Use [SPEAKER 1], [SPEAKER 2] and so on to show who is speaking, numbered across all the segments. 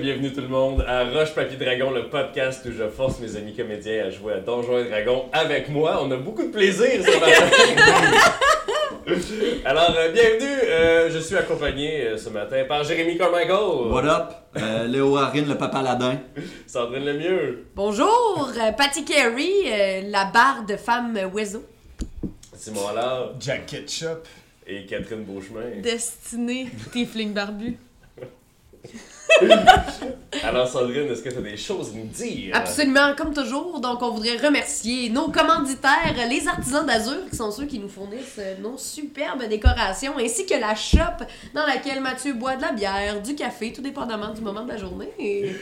[SPEAKER 1] bienvenue tout le monde à Roche Papier Dragon, le podcast où je force mes amis comédiens à jouer à Donjons et Dragons avec moi. On a beaucoup de plaisir ce matin. Alors, euh, bienvenue. Euh, je suis accompagné euh, ce matin par Jérémy Carmichael,
[SPEAKER 2] What up? Euh, Léo Harin, le papa Ladin.
[SPEAKER 1] Sandrine Lemieux,
[SPEAKER 3] Bonjour, euh, Patty Carey, euh, la barre de femme oiseau,
[SPEAKER 1] Simon Allard
[SPEAKER 4] Jack Ketchup.
[SPEAKER 1] et Catherine Beauchemin.
[SPEAKER 3] destinée tiefling barbu.
[SPEAKER 1] Alors, Sandrine, est-ce que tu as des choses à nous dire?
[SPEAKER 3] Absolument, comme toujours, donc on voudrait remercier nos commanditaires, euh, les artisans d'Azur, qui sont ceux qui nous fournissent euh, nos superbes décorations, ainsi que la shop dans laquelle Mathieu boit de la bière, du café, tout dépendamment du moment de la journée. Et-
[SPEAKER 1] Ouais,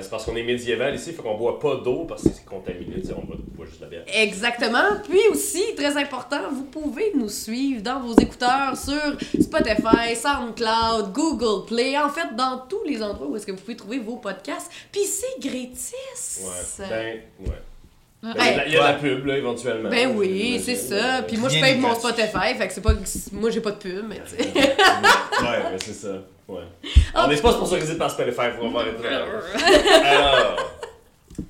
[SPEAKER 1] c'est parce qu'on est médiéval ici, faut qu'on boit pas d'eau parce que c'est contaminé. tu sais, on boit, boit juste de la bière.
[SPEAKER 3] Exactement. Puis aussi, très important, vous pouvez nous suivre dans vos écouteurs sur Spotify, SoundCloud, Google Play, en fait, dans tous les endroits où est-ce que vous pouvez trouver vos podcasts. Puis c'est gratis.
[SPEAKER 1] Ouais. Ben, ouais. Ben,
[SPEAKER 3] Ouais.
[SPEAKER 1] Il y a de la- il y a de la pub, là, éventuellement.
[SPEAKER 3] Ben oui, c'est ça. Puis moi, je
[SPEAKER 4] Rien
[SPEAKER 3] paye mon
[SPEAKER 4] gratuit.
[SPEAKER 3] Spotify, fait que c'est pas... Moi, j'ai pas de pub, mais tu sais.
[SPEAKER 1] Ouais, mais c'est ça. Ouais. On n'est pas sponsorisé par Spotify, faut avoir été là. Alors,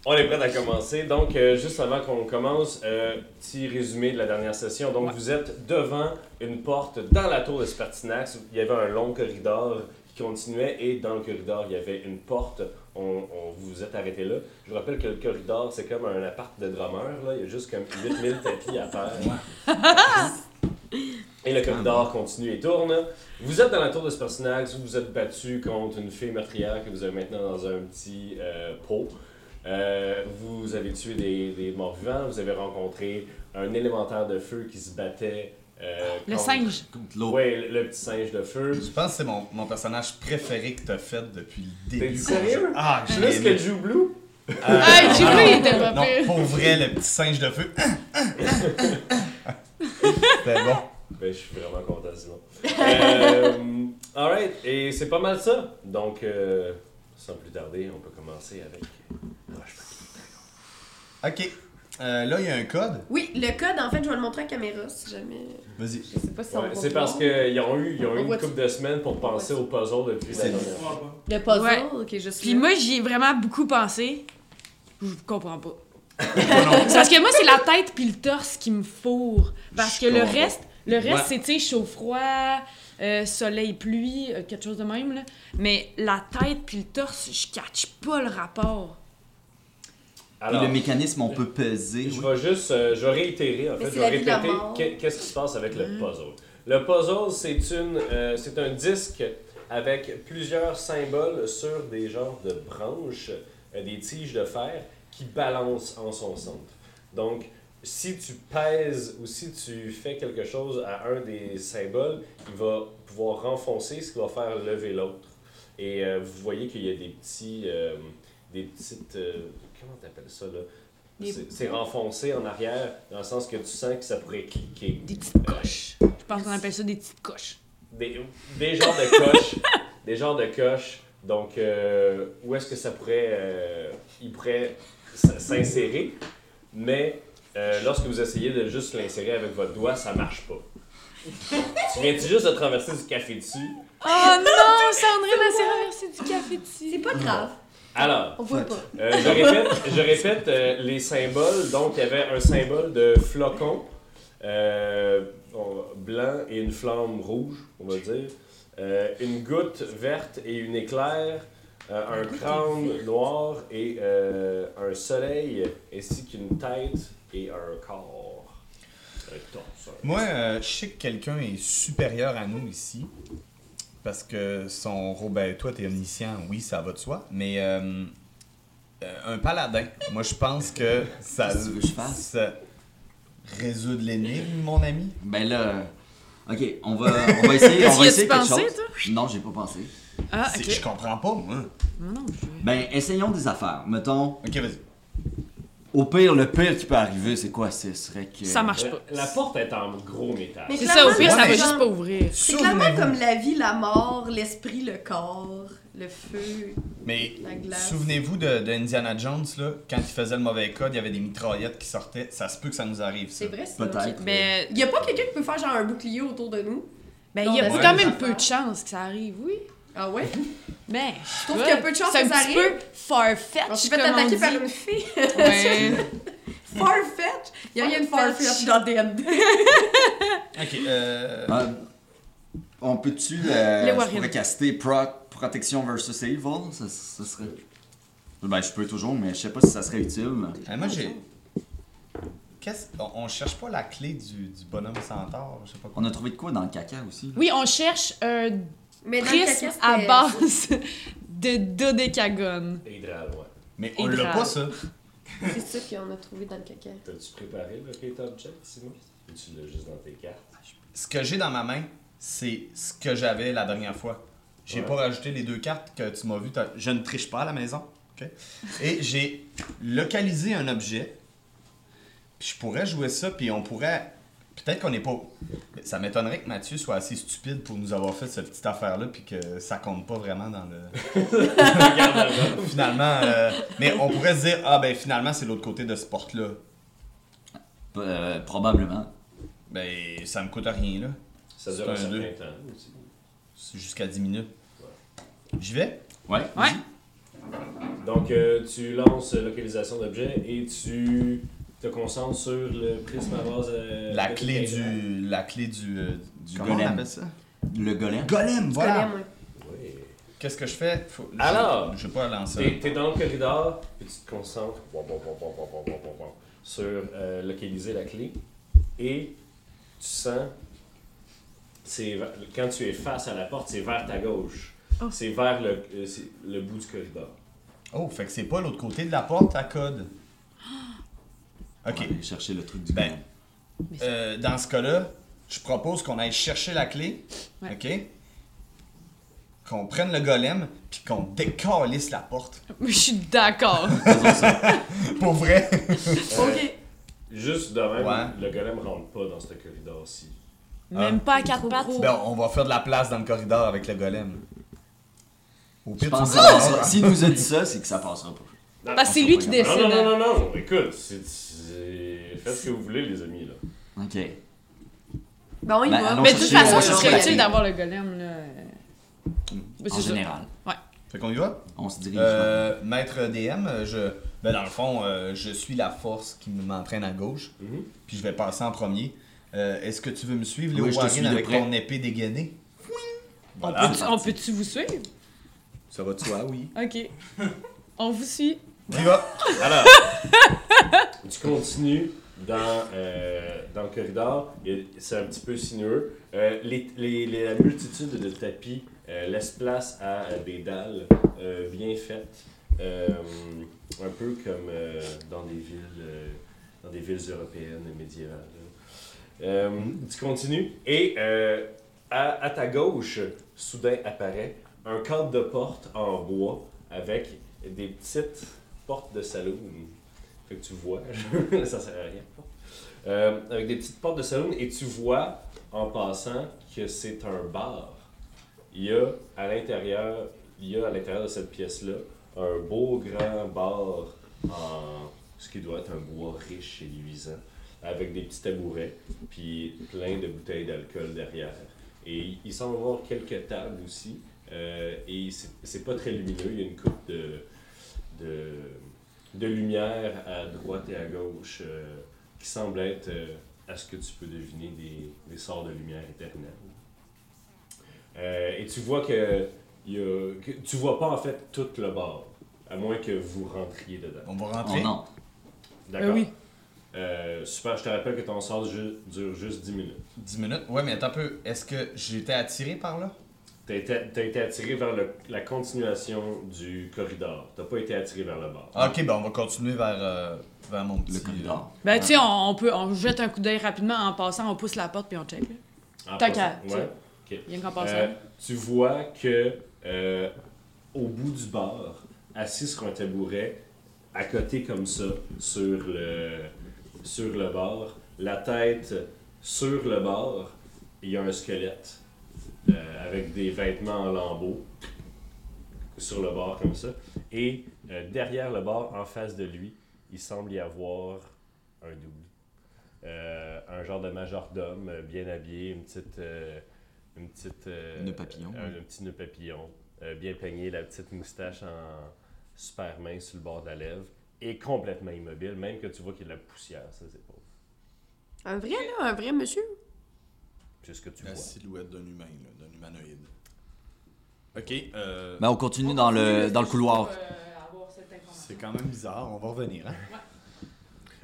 [SPEAKER 1] on est prêt à commencer. Donc, euh, juste avant qu'on commence, euh, petit résumé de la dernière session. Donc, vous êtes devant une porte dans la tour de Spartinax. Il y avait un long corridor qui continuait et dans le corridor, il y avait une porte. On, on- vous vous êtes arrêté là. Je vous rappelle que le corridor, c'est comme un appart de drummer. Là. Il y a juste comme 8000 tapis à faire. Et le
[SPEAKER 5] Ah,
[SPEAKER 1] corridor continue et tourne. Vous êtes dans la tour de Spartinax, vous vous êtes battu contre une fée meurtrière que vous avez maintenant dans un petit euh, pot. Euh, vous avez tué des, des morts vivants, vous avez rencontré un élémentaire de feu qui se battait. euh,
[SPEAKER 5] Ah, Le
[SPEAKER 1] contre-
[SPEAKER 5] singe.
[SPEAKER 2] Contre l'eau.
[SPEAKER 1] Ouais, le, le petit singe de feu.
[SPEAKER 4] Je pense que c'est mon, mon personnage préféré que t'as fait depuis le début.
[SPEAKER 1] T'es sérieux?
[SPEAKER 4] Ah, je
[SPEAKER 1] Plus que Jew Blue? Euh,
[SPEAKER 5] Ah, Juju,
[SPEAKER 4] non,
[SPEAKER 5] il était pas
[SPEAKER 4] Non,
[SPEAKER 5] pire.
[SPEAKER 4] pour vrai, le petit singe de feu. C'était bon.
[SPEAKER 1] Ben, je suis vraiment content sinon. Euh, alright, et c'est pas mal ça. Donc, euh, sans plus tarder, on peut commencer avec. euh,
[SPEAKER 4] Ok. Euh, là, il y a un code.
[SPEAKER 3] Oui, le code, en fait, je vais le montrer à la caméra, si jamais...
[SPEAKER 4] Vas-y.
[SPEAKER 3] Je sais pas si on
[SPEAKER 1] Ouais,
[SPEAKER 3] va
[SPEAKER 1] c'est
[SPEAKER 3] voir.
[SPEAKER 1] parce qu'ils ont eu, ils ont eu
[SPEAKER 3] On
[SPEAKER 1] une
[SPEAKER 3] voit-tu?
[SPEAKER 1] couple de semaines pour penser au puzzle depuis la
[SPEAKER 4] C'est-
[SPEAKER 1] dernière fois.
[SPEAKER 3] Le puzzle,
[SPEAKER 5] Ouais.
[SPEAKER 3] ok, je suis
[SPEAKER 5] Puis
[SPEAKER 3] là.
[SPEAKER 5] moi, j'y ai vraiment beaucoup pensé. Je comprends pas. c'est parce que moi, c'est la tête puis le torse qui me fourre. Parce
[SPEAKER 4] Je
[SPEAKER 5] que le
[SPEAKER 4] comprends pas.
[SPEAKER 5] reste, le reste,
[SPEAKER 4] Ouais.
[SPEAKER 5] c'est, tu sais, chaud-froid, euh, soleil, pluie, euh, quelque chose de même, là. Mais la tête puis le torse, je catch pas le rapport.
[SPEAKER 1] Alors,
[SPEAKER 2] Puis le mécanisme, on peut peser.
[SPEAKER 1] je
[SPEAKER 2] oui.
[SPEAKER 1] vais juste, euh, je vais réitérer, en
[SPEAKER 3] Mais
[SPEAKER 1] fait,
[SPEAKER 3] c'est
[SPEAKER 1] je vais
[SPEAKER 3] la vie de la
[SPEAKER 1] répéter
[SPEAKER 3] mort. Mm.
[SPEAKER 1] qu'est- qu'est-ce qui se passe avec le puzzle. Le puzzle, c'est une, euh, c'est un disque avec plusieurs symboles sur des genres de branches, euh, des tiges de fer qui balancent en son centre. Donc, si tu pèses ou si tu fais quelque chose à un des symboles, il va pouvoir renfoncer, ce qui va faire lever l'autre. Et euh, vous voyez qu'il y a des petits, euh, des petites, euh, comment t'appelles ça là
[SPEAKER 5] Des-
[SPEAKER 1] C'est- C'est renfoncé en arrière dans le sens que tu sens que ça pourrait cliquer. Euh,
[SPEAKER 5] Des petites coches. Je pense qu'on appelle ça des petites coches.
[SPEAKER 1] Des, des genres de coches, des genres de coches. Donc, euh, où est-ce que ça pourrait, euh, il pourrait s- s'insérer Mais euh, lorsque vous essayez de juste l'insérer avec votre doigt, ça marche pas. tu viens-tu juste de traverser du café dessus
[SPEAKER 5] Oh non, Sandrine, elle s'est renversée du café
[SPEAKER 3] C'est
[SPEAKER 5] dessus.
[SPEAKER 3] pas grave,
[SPEAKER 1] Alors,
[SPEAKER 3] on voit pas.
[SPEAKER 1] Euh, je répète, je répète euh, les symboles. Donc, il y avait un symbole de flocon euh, on- blanc et une flamme rouge, on va dire. Euh, une goutte verte et une éclair. euh, un crâne noir et euh, un soleil, ainsi qu'une tête et un corps. Un torse.
[SPEAKER 4] Moi, euh, je sais que quelqu'un est supérieur à nous ici. Parce que son Robert, toi, t'es omniscient, oui, ça va de soi. Mais euh, euh, un paladin, moi, je pense que ça.
[SPEAKER 2] Qu'est-ce que tu veux que je fasse?
[SPEAKER 4] ça résout de l'énigme, mon ami.
[SPEAKER 2] Ben là. euh, Ok, on va, on va essayer, on
[SPEAKER 5] Tu y
[SPEAKER 2] va
[SPEAKER 5] as-tu
[SPEAKER 2] essayer quelque
[SPEAKER 5] pensé,
[SPEAKER 2] chose. Non, j'ai pas pensé.
[SPEAKER 5] Ah,
[SPEAKER 4] C'est- Je
[SPEAKER 5] ok.
[SPEAKER 4] comprends pas, moi.
[SPEAKER 5] Non, non, je-
[SPEAKER 2] Ben, essayons des affaires. Mettons,
[SPEAKER 4] Ok, vas-y.
[SPEAKER 2] au pire, le pire qui peut arriver, c'est quoi? Ce serait que...
[SPEAKER 5] Ça marche
[SPEAKER 1] La,
[SPEAKER 5] pas.
[SPEAKER 1] la porte est en gros métal.
[SPEAKER 3] Mais
[SPEAKER 5] C'est ça, au pire, ça va
[SPEAKER 4] Ouais.
[SPEAKER 5] juste pas ouvrir.
[SPEAKER 3] C'est clairement
[SPEAKER 4] Souvenez-vous.
[SPEAKER 3] comme la vie, la mort, l'esprit, le corps, le feu.
[SPEAKER 4] Mais
[SPEAKER 3] La glace.
[SPEAKER 4] souvenez-vous de, de Indiana Jones, là, quand il faisait le mauvais code, il y avait des mitraillettes qui sortaient. Ça se peut que ça nous arrive, ça.
[SPEAKER 3] C'est vrai, ça.
[SPEAKER 2] Peut-être.
[SPEAKER 5] Mais
[SPEAKER 3] Il y a pas quelqu'un qui peut faire genre un bouclier autour de nous.
[SPEAKER 5] Ben, il y a
[SPEAKER 3] Ouais.
[SPEAKER 5] quand même
[SPEAKER 3] Ouais.
[SPEAKER 5] peu de chances que ça arrive, oui.
[SPEAKER 3] Ah ouais?
[SPEAKER 5] Ben, je
[SPEAKER 3] trouve
[SPEAKER 5] trouve
[SPEAKER 3] qu'il y a peu de chances
[SPEAKER 5] C'est un
[SPEAKER 3] que ça
[SPEAKER 5] petit peu farfetch.
[SPEAKER 3] On s'est fait attaquer par une fille.
[SPEAKER 5] Ouais.
[SPEAKER 3] Farfetch? Il y a rien de
[SPEAKER 5] Farfetch.
[SPEAKER 3] farfetch dans DMD.
[SPEAKER 4] Ok, euh.
[SPEAKER 2] Ah, on peut-tu euh,
[SPEAKER 5] Les
[SPEAKER 2] je
[SPEAKER 5] Warriors.
[SPEAKER 2] pourrais caster Pro- Protection versus Evil? Ça, ça serait... Ben, je peux toujours, mais je sais pas si ça serait utile.
[SPEAKER 4] Ah, moi, j'ai. Qu'est-ce. On, on cherche pas la clé du, du bonhomme centaure, je sais pas quoi.
[SPEAKER 2] On a trouvé de quoi dans le caca aussi?
[SPEAKER 5] Oui, on cherche un
[SPEAKER 3] Mais dans le
[SPEAKER 5] prisme
[SPEAKER 3] caca,
[SPEAKER 5] à
[SPEAKER 3] c'était-
[SPEAKER 5] base de dodécagone.
[SPEAKER 1] Hydral, ouais.
[SPEAKER 4] Mais on l'a
[SPEAKER 5] Hydral.
[SPEAKER 4] pas, ça.
[SPEAKER 3] C'est ça qu'on a trouvé dans le caca.
[SPEAKER 1] T'as-tu préparé le Great Object, Simon? Ou tu l'as juste dans tes cartes?
[SPEAKER 4] Ce que j'ai dans ma main, c'est ce que j'avais la dernière fois. J'ai
[SPEAKER 1] Ouais.
[SPEAKER 4] pas rajouté les deux cartes que tu m'as vues. t'as- Je ne triche pas à la maison. ok? Et j'ai localisé un objet. Puis je pourrais jouer ça, puis on pourrait. Peut-être qu'on n'est pas. Ça m'étonnerait que Mathieu soit assez stupide pour nous avoir fait cette petite affaire-là, puis que ça compte pas vraiment dans le.
[SPEAKER 1] Regarde là
[SPEAKER 4] finalement, euh, mais on pourrait se dire, ah ben finalement c'est l'autre côté de ce porte-là.
[SPEAKER 2] Euh, probablement.
[SPEAKER 4] Ben ça me coûte rien là.
[SPEAKER 1] Ça
[SPEAKER 4] C'est
[SPEAKER 1] dure un
[SPEAKER 4] un
[SPEAKER 1] certain
[SPEAKER 4] deux.
[SPEAKER 1] temps aussi.
[SPEAKER 4] C'est jusqu'à 10 minutes. J'y vais?
[SPEAKER 2] Ouais.
[SPEAKER 5] Ouais.
[SPEAKER 1] Donc, euh, tu lances euh, localisation d'objet et tu te concentres sur le prisme à base. euh,
[SPEAKER 4] La
[SPEAKER 1] de-
[SPEAKER 4] clé du. La clé du. euh, du
[SPEAKER 2] Comment on appelle
[SPEAKER 4] ça?
[SPEAKER 2] Le golem.
[SPEAKER 4] Golem, voilà!
[SPEAKER 3] Golem, ouais.
[SPEAKER 1] Oui.
[SPEAKER 4] Qu'est-ce que je fais? Faut- je-
[SPEAKER 1] Alors?
[SPEAKER 4] Je vais pas
[SPEAKER 1] T'es,
[SPEAKER 4] lancer.
[SPEAKER 1] t'es dans le corridor et tu te concentres bon, bon, bon, bon, bon, bon, bon, bon, bon, sur euh, localiser la clé et tu sens. C'est, vers- quand tu es face à la porte, c'est vers ta gauche.
[SPEAKER 5] Oh.
[SPEAKER 1] C'est vers le, euh, c'est le bout du corridor.
[SPEAKER 4] Oh, fait que c'est pas l'autre côté de la porte à code.
[SPEAKER 2] On va
[SPEAKER 4] Ok.
[SPEAKER 2] aller chercher le truc du
[SPEAKER 4] Ben,
[SPEAKER 2] golem.
[SPEAKER 4] Euh, dans ce cas-là, je propose qu'on aille chercher la clé,
[SPEAKER 5] Ouais.
[SPEAKER 4] ok? Qu'on prenne le golem, puis qu'on décalisse la porte.
[SPEAKER 5] Je suis d'accord.
[SPEAKER 1] Ah.
[SPEAKER 4] Pour vrai!
[SPEAKER 3] Ok.
[SPEAKER 1] Juste de même,
[SPEAKER 4] Ouais.
[SPEAKER 1] le golem rentre pas dans ce corridor-ci.
[SPEAKER 5] Même pas à quatre
[SPEAKER 3] Trop
[SPEAKER 5] pattes.
[SPEAKER 3] gros.
[SPEAKER 4] Ben, on va faire de la place dans le corridor avec le golem. Au
[SPEAKER 2] Je
[SPEAKER 4] pire,
[SPEAKER 2] pense
[SPEAKER 4] tu
[SPEAKER 5] Ah,
[SPEAKER 2] que
[SPEAKER 4] me
[SPEAKER 2] ça
[SPEAKER 4] dis-
[SPEAKER 2] passera. S'il nous a dit ça, c'est que ça passera pas.
[SPEAKER 1] Non,
[SPEAKER 5] Parce que Ah, c'est lui qui
[SPEAKER 1] non,
[SPEAKER 5] décide.
[SPEAKER 1] non,
[SPEAKER 5] hein.
[SPEAKER 1] non, non, non, écoute, c'est- c'est- faites ce que vous voulez, les amis. là.
[SPEAKER 2] Ok.
[SPEAKER 3] Ben, on y
[SPEAKER 2] Ben,
[SPEAKER 3] va.
[SPEAKER 2] allons
[SPEAKER 5] Mais de toute
[SPEAKER 2] chercher, on
[SPEAKER 5] façon,
[SPEAKER 2] va
[SPEAKER 5] ce
[SPEAKER 2] chercher
[SPEAKER 5] serait
[SPEAKER 2] la
[SPEAKER 5] utile
[SPEAKER 2] clé.
[SPEAKER 5] d'avoir le golem, là. Mais
[SPEAKER 2] En
[SPEAKER 5] c'est ça.
[SPEAKER 2] général.
[SPEAKER 4] hein. Fait qu'on y va?
[SPEAKER 2] On se dirige.
[SPEAKER 4] Euh, maître DM, euh, je... Ben, dans le fond, euh, je suis la force qui m'entraîne à gauche,
[SPEAKER 1] Mhm.
[SPEAKER 4] puis je vais passer en premier. Euh, Est-ce que tu veux me suivre, Léo
[SPEAKER 2] Oui, je te
[SPEAKER 4] Warren,
[SPEAKER 2] suis de
[SPEAKER 4] avec
[SPEAKER 2] près.
[SPEAKER 4] ton épée dégainée?
[SPEAKER 5] On
[SPEAKER 4] Voilà.
[SPEAKER 5] peut-tu- On peut-tu vous suivre?
[SPEAKER 4] Ça va de soi, oui.
[SPEAKER 5] Ok. On vous suit.
[SPEAKER 4] On y va!
[SPEAKER 1] Alors, tu continues dans, euh, dans le corridor, et c'est un petit peu sinueux. Euh, les, les- les- la multitude de tapis euh, laisse place à euh, des dalles euh, bien faites, euh, un peu comme euh, dans, des villes, euh, dans des villes européennes et médiévales. là. Euh, Tu continues et euh, à, à ta gauche, soudain apparaît un cadre de porte en bois avec des petites portes de saloon. Fait que tu vois, ça sert à rien. Euh, avec des petites portes de saloon et tu vois en passant que c'est un bar. Il y a à l'intérieur, il y a à l'intérieur de cette pièce-là un beau grand bar en ce qui doit être un bois riche et luisant avec des petits tabourets puis plein de bouteilles d'alcool derrière. Et il semble y avoir quelques tables aussi euh, et c'est- c'est pas très lumineux, il y a une coupe de de, de lumière à droite et à gauche euh, qui semble être, euh, à ce que tu peux deviner, des, des sorts de lumière éternelle. Euh, et tu vois que, il y a, que- tu vois pas en fait tout le bar, à moins que vous rentriez dedans.
[SPEAKER 4] On va
[SPEAKER 2] On
[SPEAKER 4] rentrer.
[SPEAKER 2] entre.
[SPEAKER 1] D'accord.
[SPEAKER 5] Ben oui.
[SPEAKER 1] Euh, super, je te rappelle que ton sort ju- dure juste 10 minutes.
[SPEAKER 4] 10 minutes. Ouais, mais attends un peu. Est-ce que j'étais attiré par là?
[SPEAKER 1] T'as été, t'as été attiré vers le- la continuation du corridor. T'as pas été attiré vers le bar.
[SPEAKER 4] Ah, ok, ben on va continuer vers, euh, vers mon petit...
[SPEAKER 2] Le
[SPEAKER 4] euh,
[SPEAKER 2] corridor.
[SPEAKER 5] Ben, tu sais, on, on peut, on jette un coup d'œil rapidement en passant, on pousse la porte puis on check. Là.
[SPEAKER 1] En
[SPEAKER 5] T'as
[SPEAKER 1] passant-
[SPEAKER 5] qu'à-
[SPEAKER 1] Ouais.
[SPEAKER 5] Rien qu'en passant.
[SPEAKER 1] Euh, tu vois que euh, au bout du bar, assis sur un tabouret, à côté comme ça, sur le, sur le bar, la tête sur le bar, il y a un squelette euh, avec des vêtements en lambeaux sur le bar comme ça. Et euh, derrière le bar, en face de lui, il semble y avoir un double. Euh, un genre de majordome euh, bien habillé, une petite... euh, une petite. euh,
[SPEAKER 2] Nœud papillon,
[SPEAKER 1] Un, un petit nœud papillon. euh, bien peigné, la petite moustache en super mince sur le bord de la lèvre. Et complètement immobile, même que tu vois qu'il y a de la poussière sur ses épaules.
[SPEAKER 3] Un vrai, là, un vrai monsieur.
[SPEAKER 1] C'est ce que
[SPEAKER 4] euh,
[SPEAKER 1] tu
[SPEAKER 2] Ben,
[SPEAKER 6] La
[SPEAKER 1] vois.
[SPEAKER 6] silhouette d'un humain, là, d'un humanoïde. Ok, euh,
[SPEAKER 2] Ben, on continue dans le, dans le couloir.
[SPEAKER 5] Euh,
[SPEAKER 4] C'est quand même bizarre, on va revenir. Hein?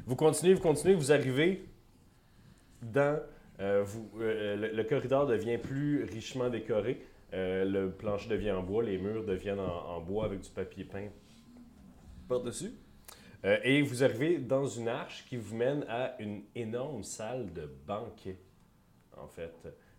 [SPEAKER 1] Vous continuez, vous continuez, vous arrivez dans. euh, vous, euh, le, le corridor devient plus richement décoré. Euh, le plancher devient en bois, les murs deviennent en, en bois avec du papier peint par-dessus. Euh, et vous arrivez dans une arche qui vous mène à une énorme salle de banquet, en fait.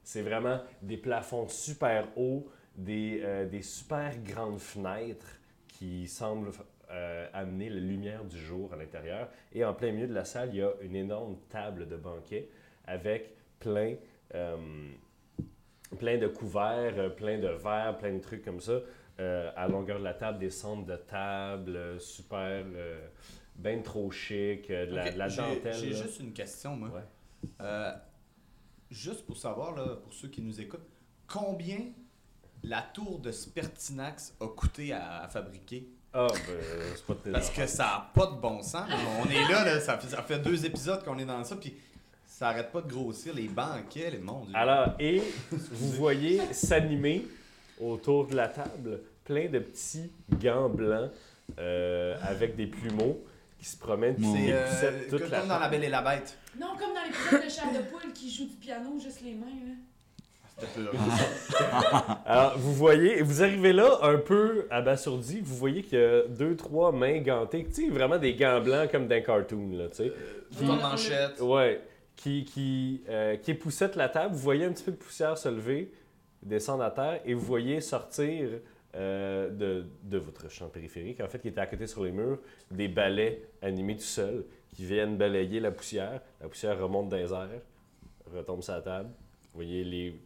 [SPEAKER 1] C'est vraiment des plafonds super hauts, des, euh, des super grandes fenêtres qui semblent euh, amener la lumière du jour à l'intérieur. Et en plein milieu de la salle, il y a une énorme table de banquet avec plein, euh, plein de couverts, euh, plein de verres, plein de trucs comme ça. Euh, à longueur de la table, des centres de table, euh, super, euh, ben trop chic, euh, de la,
[SPEAKER 4] Ok,
[SPEAKER 1] de la
[SPEAKER 4] j'ai-
[SPEAKER 1] dentelle.
[SPEAKER 4] J'ai
[SPEAKER 1] là.
[SPEAKER 4] juste une question, moi.
[SPEAKER 1] Ouais.
[SPEAKER 4] Euh, juste pour savoir, là, pour ceux qui nous écoutent, combien la tour de Spertinax a coûté à, à fabriquer?
[SPEAKER 1] Ah, ben, c'est pas de tes
[SPEAKER 4] Parce que ça n'a pas de bon sens. là. On est là, là, ça, fait, ça fait deux épisodes qu'on est dans ça, puis ça arrête pas de grossir les banquets, les mondes.
[SPEAKER 1] Alors, et vous voyez s'animer autour de la table plein de petits gants blancs euh, avec des plumeaux qui se promènent, puis
[SPEAKER 2] C'est,
[SPEAKER 1] qui
[SPEAKER 4] c'est
[SPEAKER 1] époussettent
[SPEAKER 4] euh,
[SPEAKER 1] toute
[SPEAKER 4] que
[SPEAKER 1] la
[SPEAKER 4] tombe dans la
[SPEAKER 1] table.
[SPEAKER 4] Belle et la Bête.
[SPEAKER 5] Non, comme dans l'épisode de Charles de Poule qui joue du piano, juste les mains. Là.
[SPEAKER 1] Alors, vous voyez, vous arrivez là un peu abasourdi, vous voyez qu'il y a deux, trois mains gantées, tu sais, vraiment des gants blancs comme d'un cartoon, là, tu sais.
[SPEAKER 4] Bouton de manchette.
[SPEAKER 1] Ouais, qui, qui, euh, qui époussettent la table. Vous voyez un petit peu de poussière se lever, descendre à terre, et vous voyez sortir euh, de, de votre champ périphérique, en fait, qui était à côté sur les murs, des balais animés tout seuls qui viennent balayer la poussière. La poussière remonte dans les airs, retombe sur la table. Vous voyez les,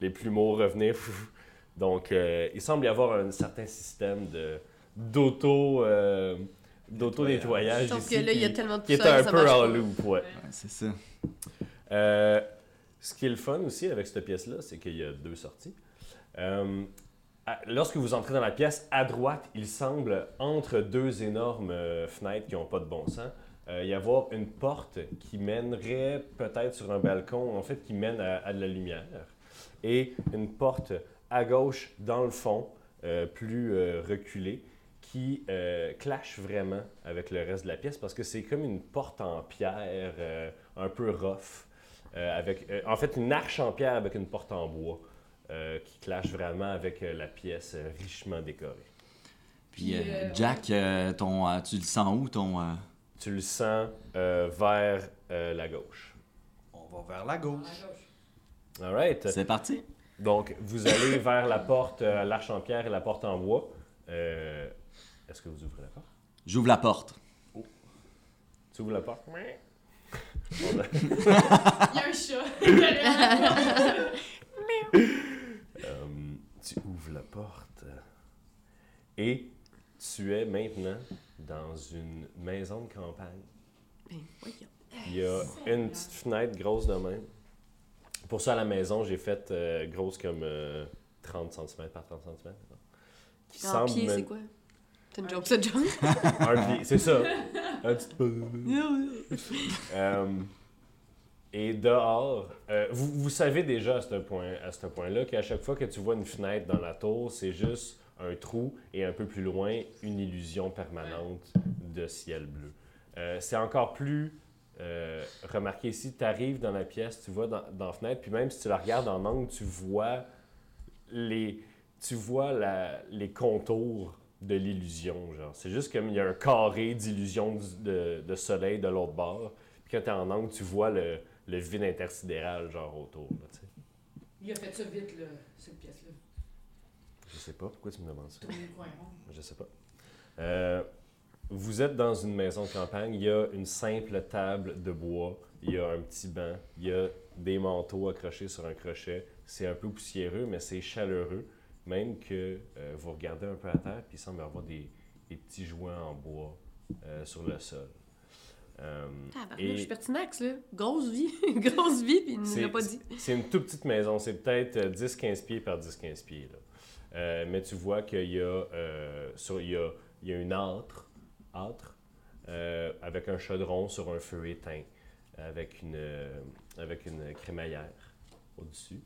[SPEAKER 1] les plumeaux revenir. Donc, euh, il semble y avoir un certain système de d'auto euh, d'auto nettoyage
[SPEAKER 3] Sauf que là, il y a tellement de
[SPEAKER 1] qui est
[SPEAKER 3] poussière,
[SPEAKER 1] un
[SPEAKER 3] ça
[SPEAKER 1] peu
[SPEAKER 3] marche
[SPEAKER 1] en
[SPEAKER 3] pas.
[SPEAKER 1] loop, ouais.
[SPEAKER 2] Ouais, c'est ça.
[SPEAKER 1] Euh, ce qui est le fun aussi avec cette pièce-là, c'est qu'il y a deux sorties. Euh, à- lorsque vous entrez dans la pièce, à droite, il semble, entre deux énormes euh, fenêtres qui n'ont pas de bon sens, euh, y avoir une porte qui mènerait peut-être sur un balcon, en fait, qui mène à, à de la lumière. Et une porte à gauche, dans le fond, euh, plus euh, reculée, qui euh, clash vraiment avec le reste de la pièce parce que c'est comme une porte en pierre euh, un peu rough. euh, avec, euh, en fait, une arche en pierre avec une porte en bois euh, qui clash vraiment avec euh, la pièce euh, richement décorée.
[SPEAKER 2] Puis, euh,
[SPEAKER 5] Puis, euh,
[SPEAKER 2] Jack, euh, ton, euh, tu le sens où, ton. euh,
[SPEAKER 1] Tu le sens euh, vers euh, la gauche.
[SPEAKER 4] On va vers la gauche.
[SPEAKER 1] All right.
[SPEAKER 2] C'est parti?
[SPEAKER 1] Donc, vous allez vers la porte, euh, l'arche en pierre et la porte en bois. Euh, Est-ce que vous ouvrez la porte?
[SPEAKER 2] J'ouvre la porte.
[SPEAKER 1] Tu ouvres la porte?
[SPEAKER 5] Il y a un chat.
[SPEAKER 1] Euh, tu ouvres la porte euh, et tu es maintenant dans une maison de campagne.
[SPEAKER 3] Ben, voyons.
[SPEAKER 1] Il y a une petite fenêtre grosse de même. Pour ça, à la maison, j'ai fait euh, grosse comme euh, 30 cm par 30 cm. Qui
[SPEAKER 3] En
[SPEAKER 1] semble
[SPEAKER 3] pied,
[SPEAKER 1] me-
[SPEAKER 3] c'est quoi? C'est une joke, c'est une joke.
[SPEAKER 1] Un pied, c'est ça. Un petit peu. Euh, et dehors, euh, vous, vous savez déjà à ce point- à ce point-là qu'à chaque fois que tu vois une fenêtre dans la tour, c'est juste un trou et un peu plus loin, une illusion permanente de ciel bleu. Euh, c'est encore plus euh, remarqué ici. Tu arrives dans la pièce, tu vois dans, dans la fenêtre, puis même si tu la regardes en angle, tu vois les, tu vois la- les contours de l'illusion. genre. C'est juste comme il y a un carré d'illusion du- de, de soleil de l'autre bord. Puis quand t'es en angle, tu vois le, le vide intersidéral genre autour. là, tu sais.
[SPEAKER 5] Il a fait ça vite, là, cette pièce-là.
[SPEAKER 1] Je sais pas, pourquoi tu me demandes ça?
[SPEAKER 5] Tourner le coin rond.
[SPEAKER 1] Je sais pas. Euh, vous êtes dans une maison de campagne, il y a une simple table de bois, il y a un petit banc, il y a des manteaux accrochés sur un crochet. C'est un peu poussiéreux, mais c'est chaleureux. Même que euh, vous regardez un peu à terre, puis il semble y avoir des, des petits joints en bois euh, sur le sol. Euh,
[SPEAKER 3] Tabarnouche,
[SPEAKER 1] et-
[SPEAKER 3] Ah, bah, je suis pertinax, là. Grosse vie. Grosse vie, puis il nous
[SPEAKER 1] c'est-
[SPEAKER 3] l'a pas dit.
[SPEAKER 1] C'est une toute petite maison, c'est peut-être euh, 10-15 pieds par 10-15 pieds. là. Euh, mais tu vois qu'il y, a, euh, sur- il y, a, il y a une âtre, âtre euh, avec un chaudron sur un feu éteint, avec une, euh, avec une crémaillère au-dessus.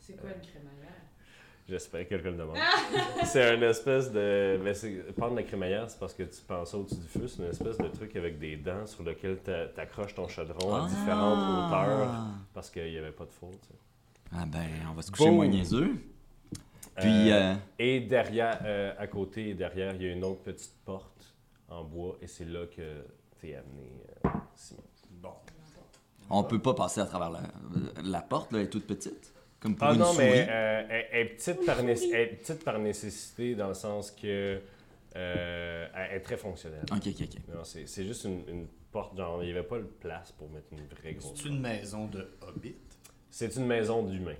[SPEAKER 5] C'est quoi une crémaillère?
[SPEAKER 1] J'espère que quelqu'un le demande. c'est une espèce de. Mais c'est- pendre la crémaillère, c'est parce que tu penses au-dessus du feu. C'est une espèce de truc avec des dents sur lequel t'a- t'accroches ton chaudron à différentes hauteurs parce qu'il n'y avait pas de four. tu sais.
[SPEAKER 2] Ah ben, on va se coucher
[SPEAKER 1] Beau.
[SPEAKER 2] moins niaiseux. Puis,
[SPEAKER 1] Euh,
[SPEAKER 2] euh,
[SPEAKER 1] Et derrière, euh, à côté et derrière, il y a une autre petite porte en bois et c'est là que t'es amené, euh, Simon.
[SPEAKER 6] Bon.
[SPEAKER 2] on peut pas passer à travers la, la porte, là, elle est toute petite. Comme pour
[SPEAKER 1] Ah
[SPEAKER 2] une
[SPEAKER 1] non,
[SPEAKER 2] souris.
[SPEAKER 1] mais euh, elle, elle est petite par né- elle est petite par nécessité dans le sens que euh, elle est très fonctionnelle.
[SPEAKER 2] Ok, ok, ok.
[SPEAKER 1] Non, c'est c'est juste une, une porte, genre, il n'y avait pas de place pour mettre une vraie grosse
[SPEAKER 6] C'est
[SPEAKER 1] porte.
[SPEAKER 6] une maison de hobbit.
[SPEAKER 1] C'est une maison d'humain.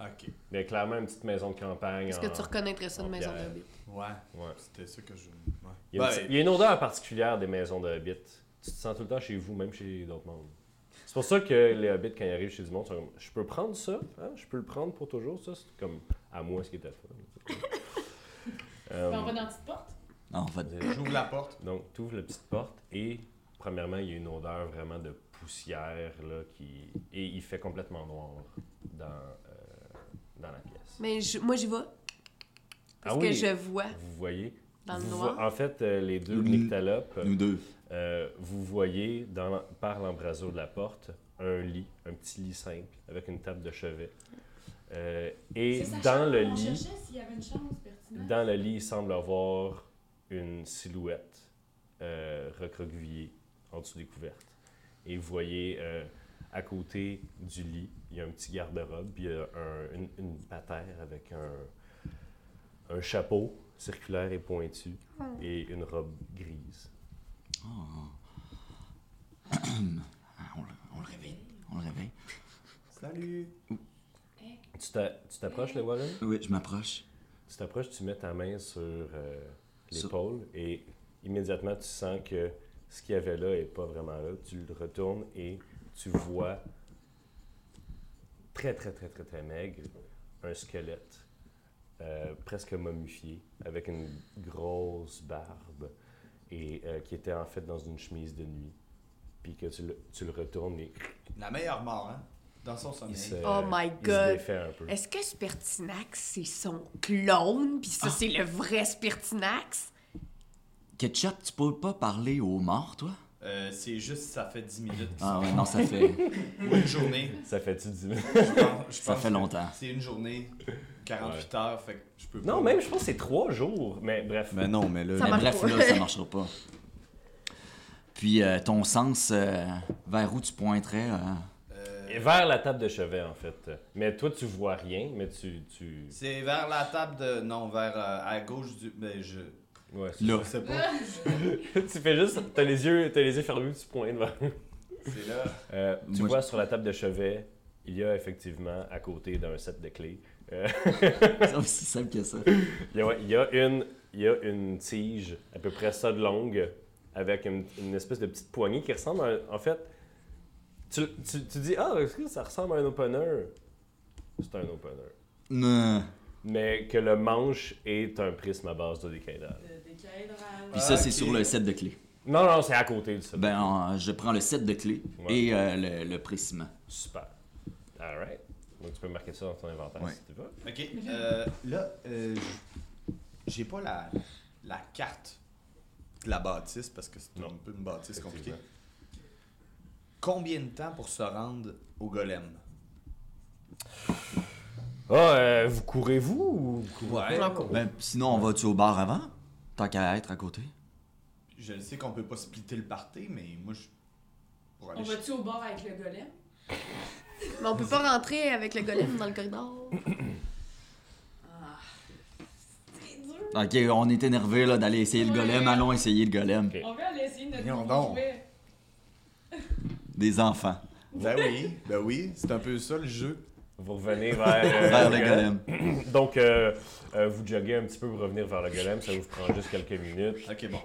[SPEAKER 6] Ok.
[SPEAKER 1] Mais clairement, une petite maison de campagne.
[SPEAKER 3] Est-ce que
[SPEAKER 1] en-
[SPEAKER 3] tu reconnaîtrais ça de
[SPEAKER 1] en
[SPEAKER 3] maison
[SPEAKER 1] pierre.
[SPEAKER 3] d'hobbit?
[SPEAKER 6] Ouais.
[SPEAKER 1] Ouais.
[SPEAKER 6] C'était ça que je. Ouais.
[SPEAKER 1] Il y, a une,
[SPEAKER 6] Ben,
[SPEAKER 1] petite- il y a une odeur particulière des maisons de Hobbit. Tu te sens tout le temps chez vous, même chez d'autres mondes. C'est pour ça que les Hobbits, quand ils arrivent chez du monde, sont comme Je peux prendre ça, hein? je peux le prendre pour toujours, ça. C'est comme à moi ce qui est à toi.
[SPEAKER 3] Ben,
[SPEAKER 1] Euh,
[SPEAKER 5] Ben, On va dans la petite porte?
[SPEAKER 2] Non, en fait,
[SPEAKER 4] J'ouvre la porte.
[SPEAKER 1] donc, tu ouvres la petite porte et, premièrement, il y a une odeur vraiment de poussière là, qui. Et il fait complètement noir dans, euh, dans la pièce.
[SPEAKER 3] Mais je- moi, j'y vais.
[SPEAKER 1] Ah
[SPEAKER 3] Parce
[SPEAKER 1] oui.
[SPEAKER 3] que je vois
[SPEAKER 1] Vous voyez
[SPEAKER 3] dans le
[SPEAKER 1] vous
[SPEAKER 3] noir.
[SPEAKER 1] vo- En fait, euh, les deux
[SPEAKER 2] Nous-
[SPEAKER 1] nyctalopes.
[SPEAKER 2] nous deux.
[SPEAKER 1] Euh, vous voyez dans, l'em- par l'embrasure de la porte un lit, un petit lit simple avec une table de chevet. Euh, et dans le lit,
[SPEAKER 5] s'il y avait une chance pertinente.
[SPEAKER 1] dans le lit, il semble avoir une silhouette euh, recroquevillée en dessous des couvertes. Et vous voyez euh, à côté du lit, il y a un petit garde-robe, puis il y a un- une, une patère avec un, un chapeau circulaire et pointu et une robe grise.
[SPEAKER 2] Ah, on, le- on le réveille. On le réveille.
[SPEAKER 4] Salut.
[SPEAKER 1] Tu t'a- tu t'approches, le Warren?
[SPEAKER 2] Oui, je m'approche.
[SPEAKER 1] Tu t'approches, tu mets ta main sur euh,
[SPEAKER 2] Sur-
[SPEAKER 1] l'épaule et immédiatement tu sens que ce qu'il y avait là est pas vraiment là. Tu le retournes et tu vois très très très très très maigre un squelette euh, presque momifié avec une grosse barbe et euh, qui était en fait dans une chemise de nuit. Puis que tu le, tu le retournes et
[SPEAKER 4] La meilleure mort, hein? Dans son
[SPEAKER 1] il
[SPEAKER 4] sommeil.
[SPEAKER 1] se,
[SPEAKER 3] Oh my
[SPEAKER 1] il se
[SPEAKER 3] God.
[SPEAKER 1] défait un peu.
[SPEAKER 3] Est-ce que Spertinax, c'est son clone? Puis ça,
[SPEAKER 1] Ah.
[SPEAKER 3] c'est le vrai Spertinax?
[SPEAKER 2] Ketchup, tu peux pas parler aux morts, toi?
[SPEAKER 4] Euh, c'est juste, ça fait 10 minutes.
[SPEAKER 2] Ah ouais, non, ça fait,
[SPEAKER 4] Ou une journée.
[SPEAKER 1] Ça fait-tu du bien?
[SPEAKER 4] Je pense- je
[SPEAKER 2] ça
[SPEAKER 4] pense
[SPEAKER 2] fait
[SPEAKER 4] que
[SPEAKER 2] longtemps.
[SPEAKER 4] C'est une journée, 48 heures, fait que je peux
[SPEAKER 1] Non,
[SPEAKER 4] pas-
[SPEAKER 1] même je pense que c'est trois jours, mais bref.
[SPEAKER 6] Ben non, mais là.
[SPEAKER 3] Ça
[SPEAKER 2] Mais
[SPEAKER 3] marche
[SPEAKER 2] bref,
[SPEAKER 3] pas.
[SPEAKER 2] là, ça marchera pas. Puis euh, ton sens, euh, vers où tu pointerais? euh,
[SPEAKER 4] Euh,
[SPEAKER 1] Et Vers la table de chevet, en fait. Mais toi, tu vois rien, mais tu. tu...
[SPEAKER 4] c'est vers la table de. Non, vers. euh, à gauche du. Ben, je.
[SPEAKER 1] Ouais, c'est-
[SPEAKER 2] Là.
[SPEAKER 4] Je sais pas.
[SPEAKER 1] tu fais juste. T'as les yeux, t'as les yeux fermés, tu pointes vers.
[SPEAKER 4] C'est là.
[SPEAKER 1] Euh, tu
[SPEAKER 2] Moi,
[SPEAKER 1] vois sur la table de chevet, il y a effectivement, à côté d'un set de clés, euh,
[SPEAKER 2] C'est aussi simple que ça.
[SPEAKER 1] il, y a, il y a une, il y a une tige à peu près ça de longue, avec une, une espèce de petite poignée qui ressemble à. un- En fait, tu, tu, tu dis Ah, est-ce que ça ressemble à un opener C'est un opener.
[SPEAKER 2] Non.
[SPEAKER 1] Mais que le manche est un prisme à base de décadale.
[SPEAKER 5] Des cadres
[SPEAKER 2] Puis ça, c'est
[SPEAKER 4] Ok.
[SPEAKER 2] sur le set de clés.
[SPEAKER 1] Non, non, c'est à côté du set de
[SPEAKER 2] Ben, euh, je prends le set de clés
[SPEAKER 1] Ouais.
[SPEAKER 2] et euh, le, le prisme.
[SPEAKER 1] Super. Alright. Donc tu peux marquer ça dans ton inventaire
[SPEAKER 2] Ouais.
[SPEAKER 1] si tu veux.
[SPEAKER 4] Ok. euh, là, euh, j'ai pas la, la carte de la bâtisse parce que c'est
[SPEAKER 1] Non.
[SPEAKER 4] un peu une bâtisse compliquée.
[SPEAKER 1] Effectivement.
[SPEAKER 4] Combien de temps pour se rendre au golem
[SPEAKER 1] Ah, euh, vous courez-vous ou vous courez
[SPEAKER 4] Ouais.
[SPEAKER 1] pas?
[SPEAKER 2] Ben, sinon, on va-tu au bar avant? Tant qu'à être à côté.
[SPEAKER 4] Je le sais qu'on peut pas splitter le party, mais moi, je. Pour
[SPEAKER 5] On
[SPEAKER 4] aller
[SPEAKER 5] va-tu au bord avec le golem?
[SPEAKER 3] Mais on peut pas rentrer avec le golem dans le corridor.
[SPEAKER 5] C'est dur.
[SPEAKER 2] Ok, on est énervé là d'aller essayer le
[SPEAKER 5] Ouais.
[SPEAKER 2] golem. Allons essayer le golem.
[SPEAKER 5] On va aller essayer notre
[SPEAKER 4] Voyons
[SPEAKER 5] nouveau
[SPEAKER 4] donc.
[SPEAKER 5] jouet.
[SPEAKER 2] Des enfants.
[SPEAKER 4] Ben oui, ben oui, c'est un peu ça le jeu.
[SPEAKER 1] Vous revenez vers, euh,
[SPEAKER 2] Vers le golem.
[SPEAKER 1] Donc, euh, euh, vous joguez un petit peu pour revenir vers le golem. Ça vous prend juste quelques minutes.
[SPEAKER 4] Ok, bon.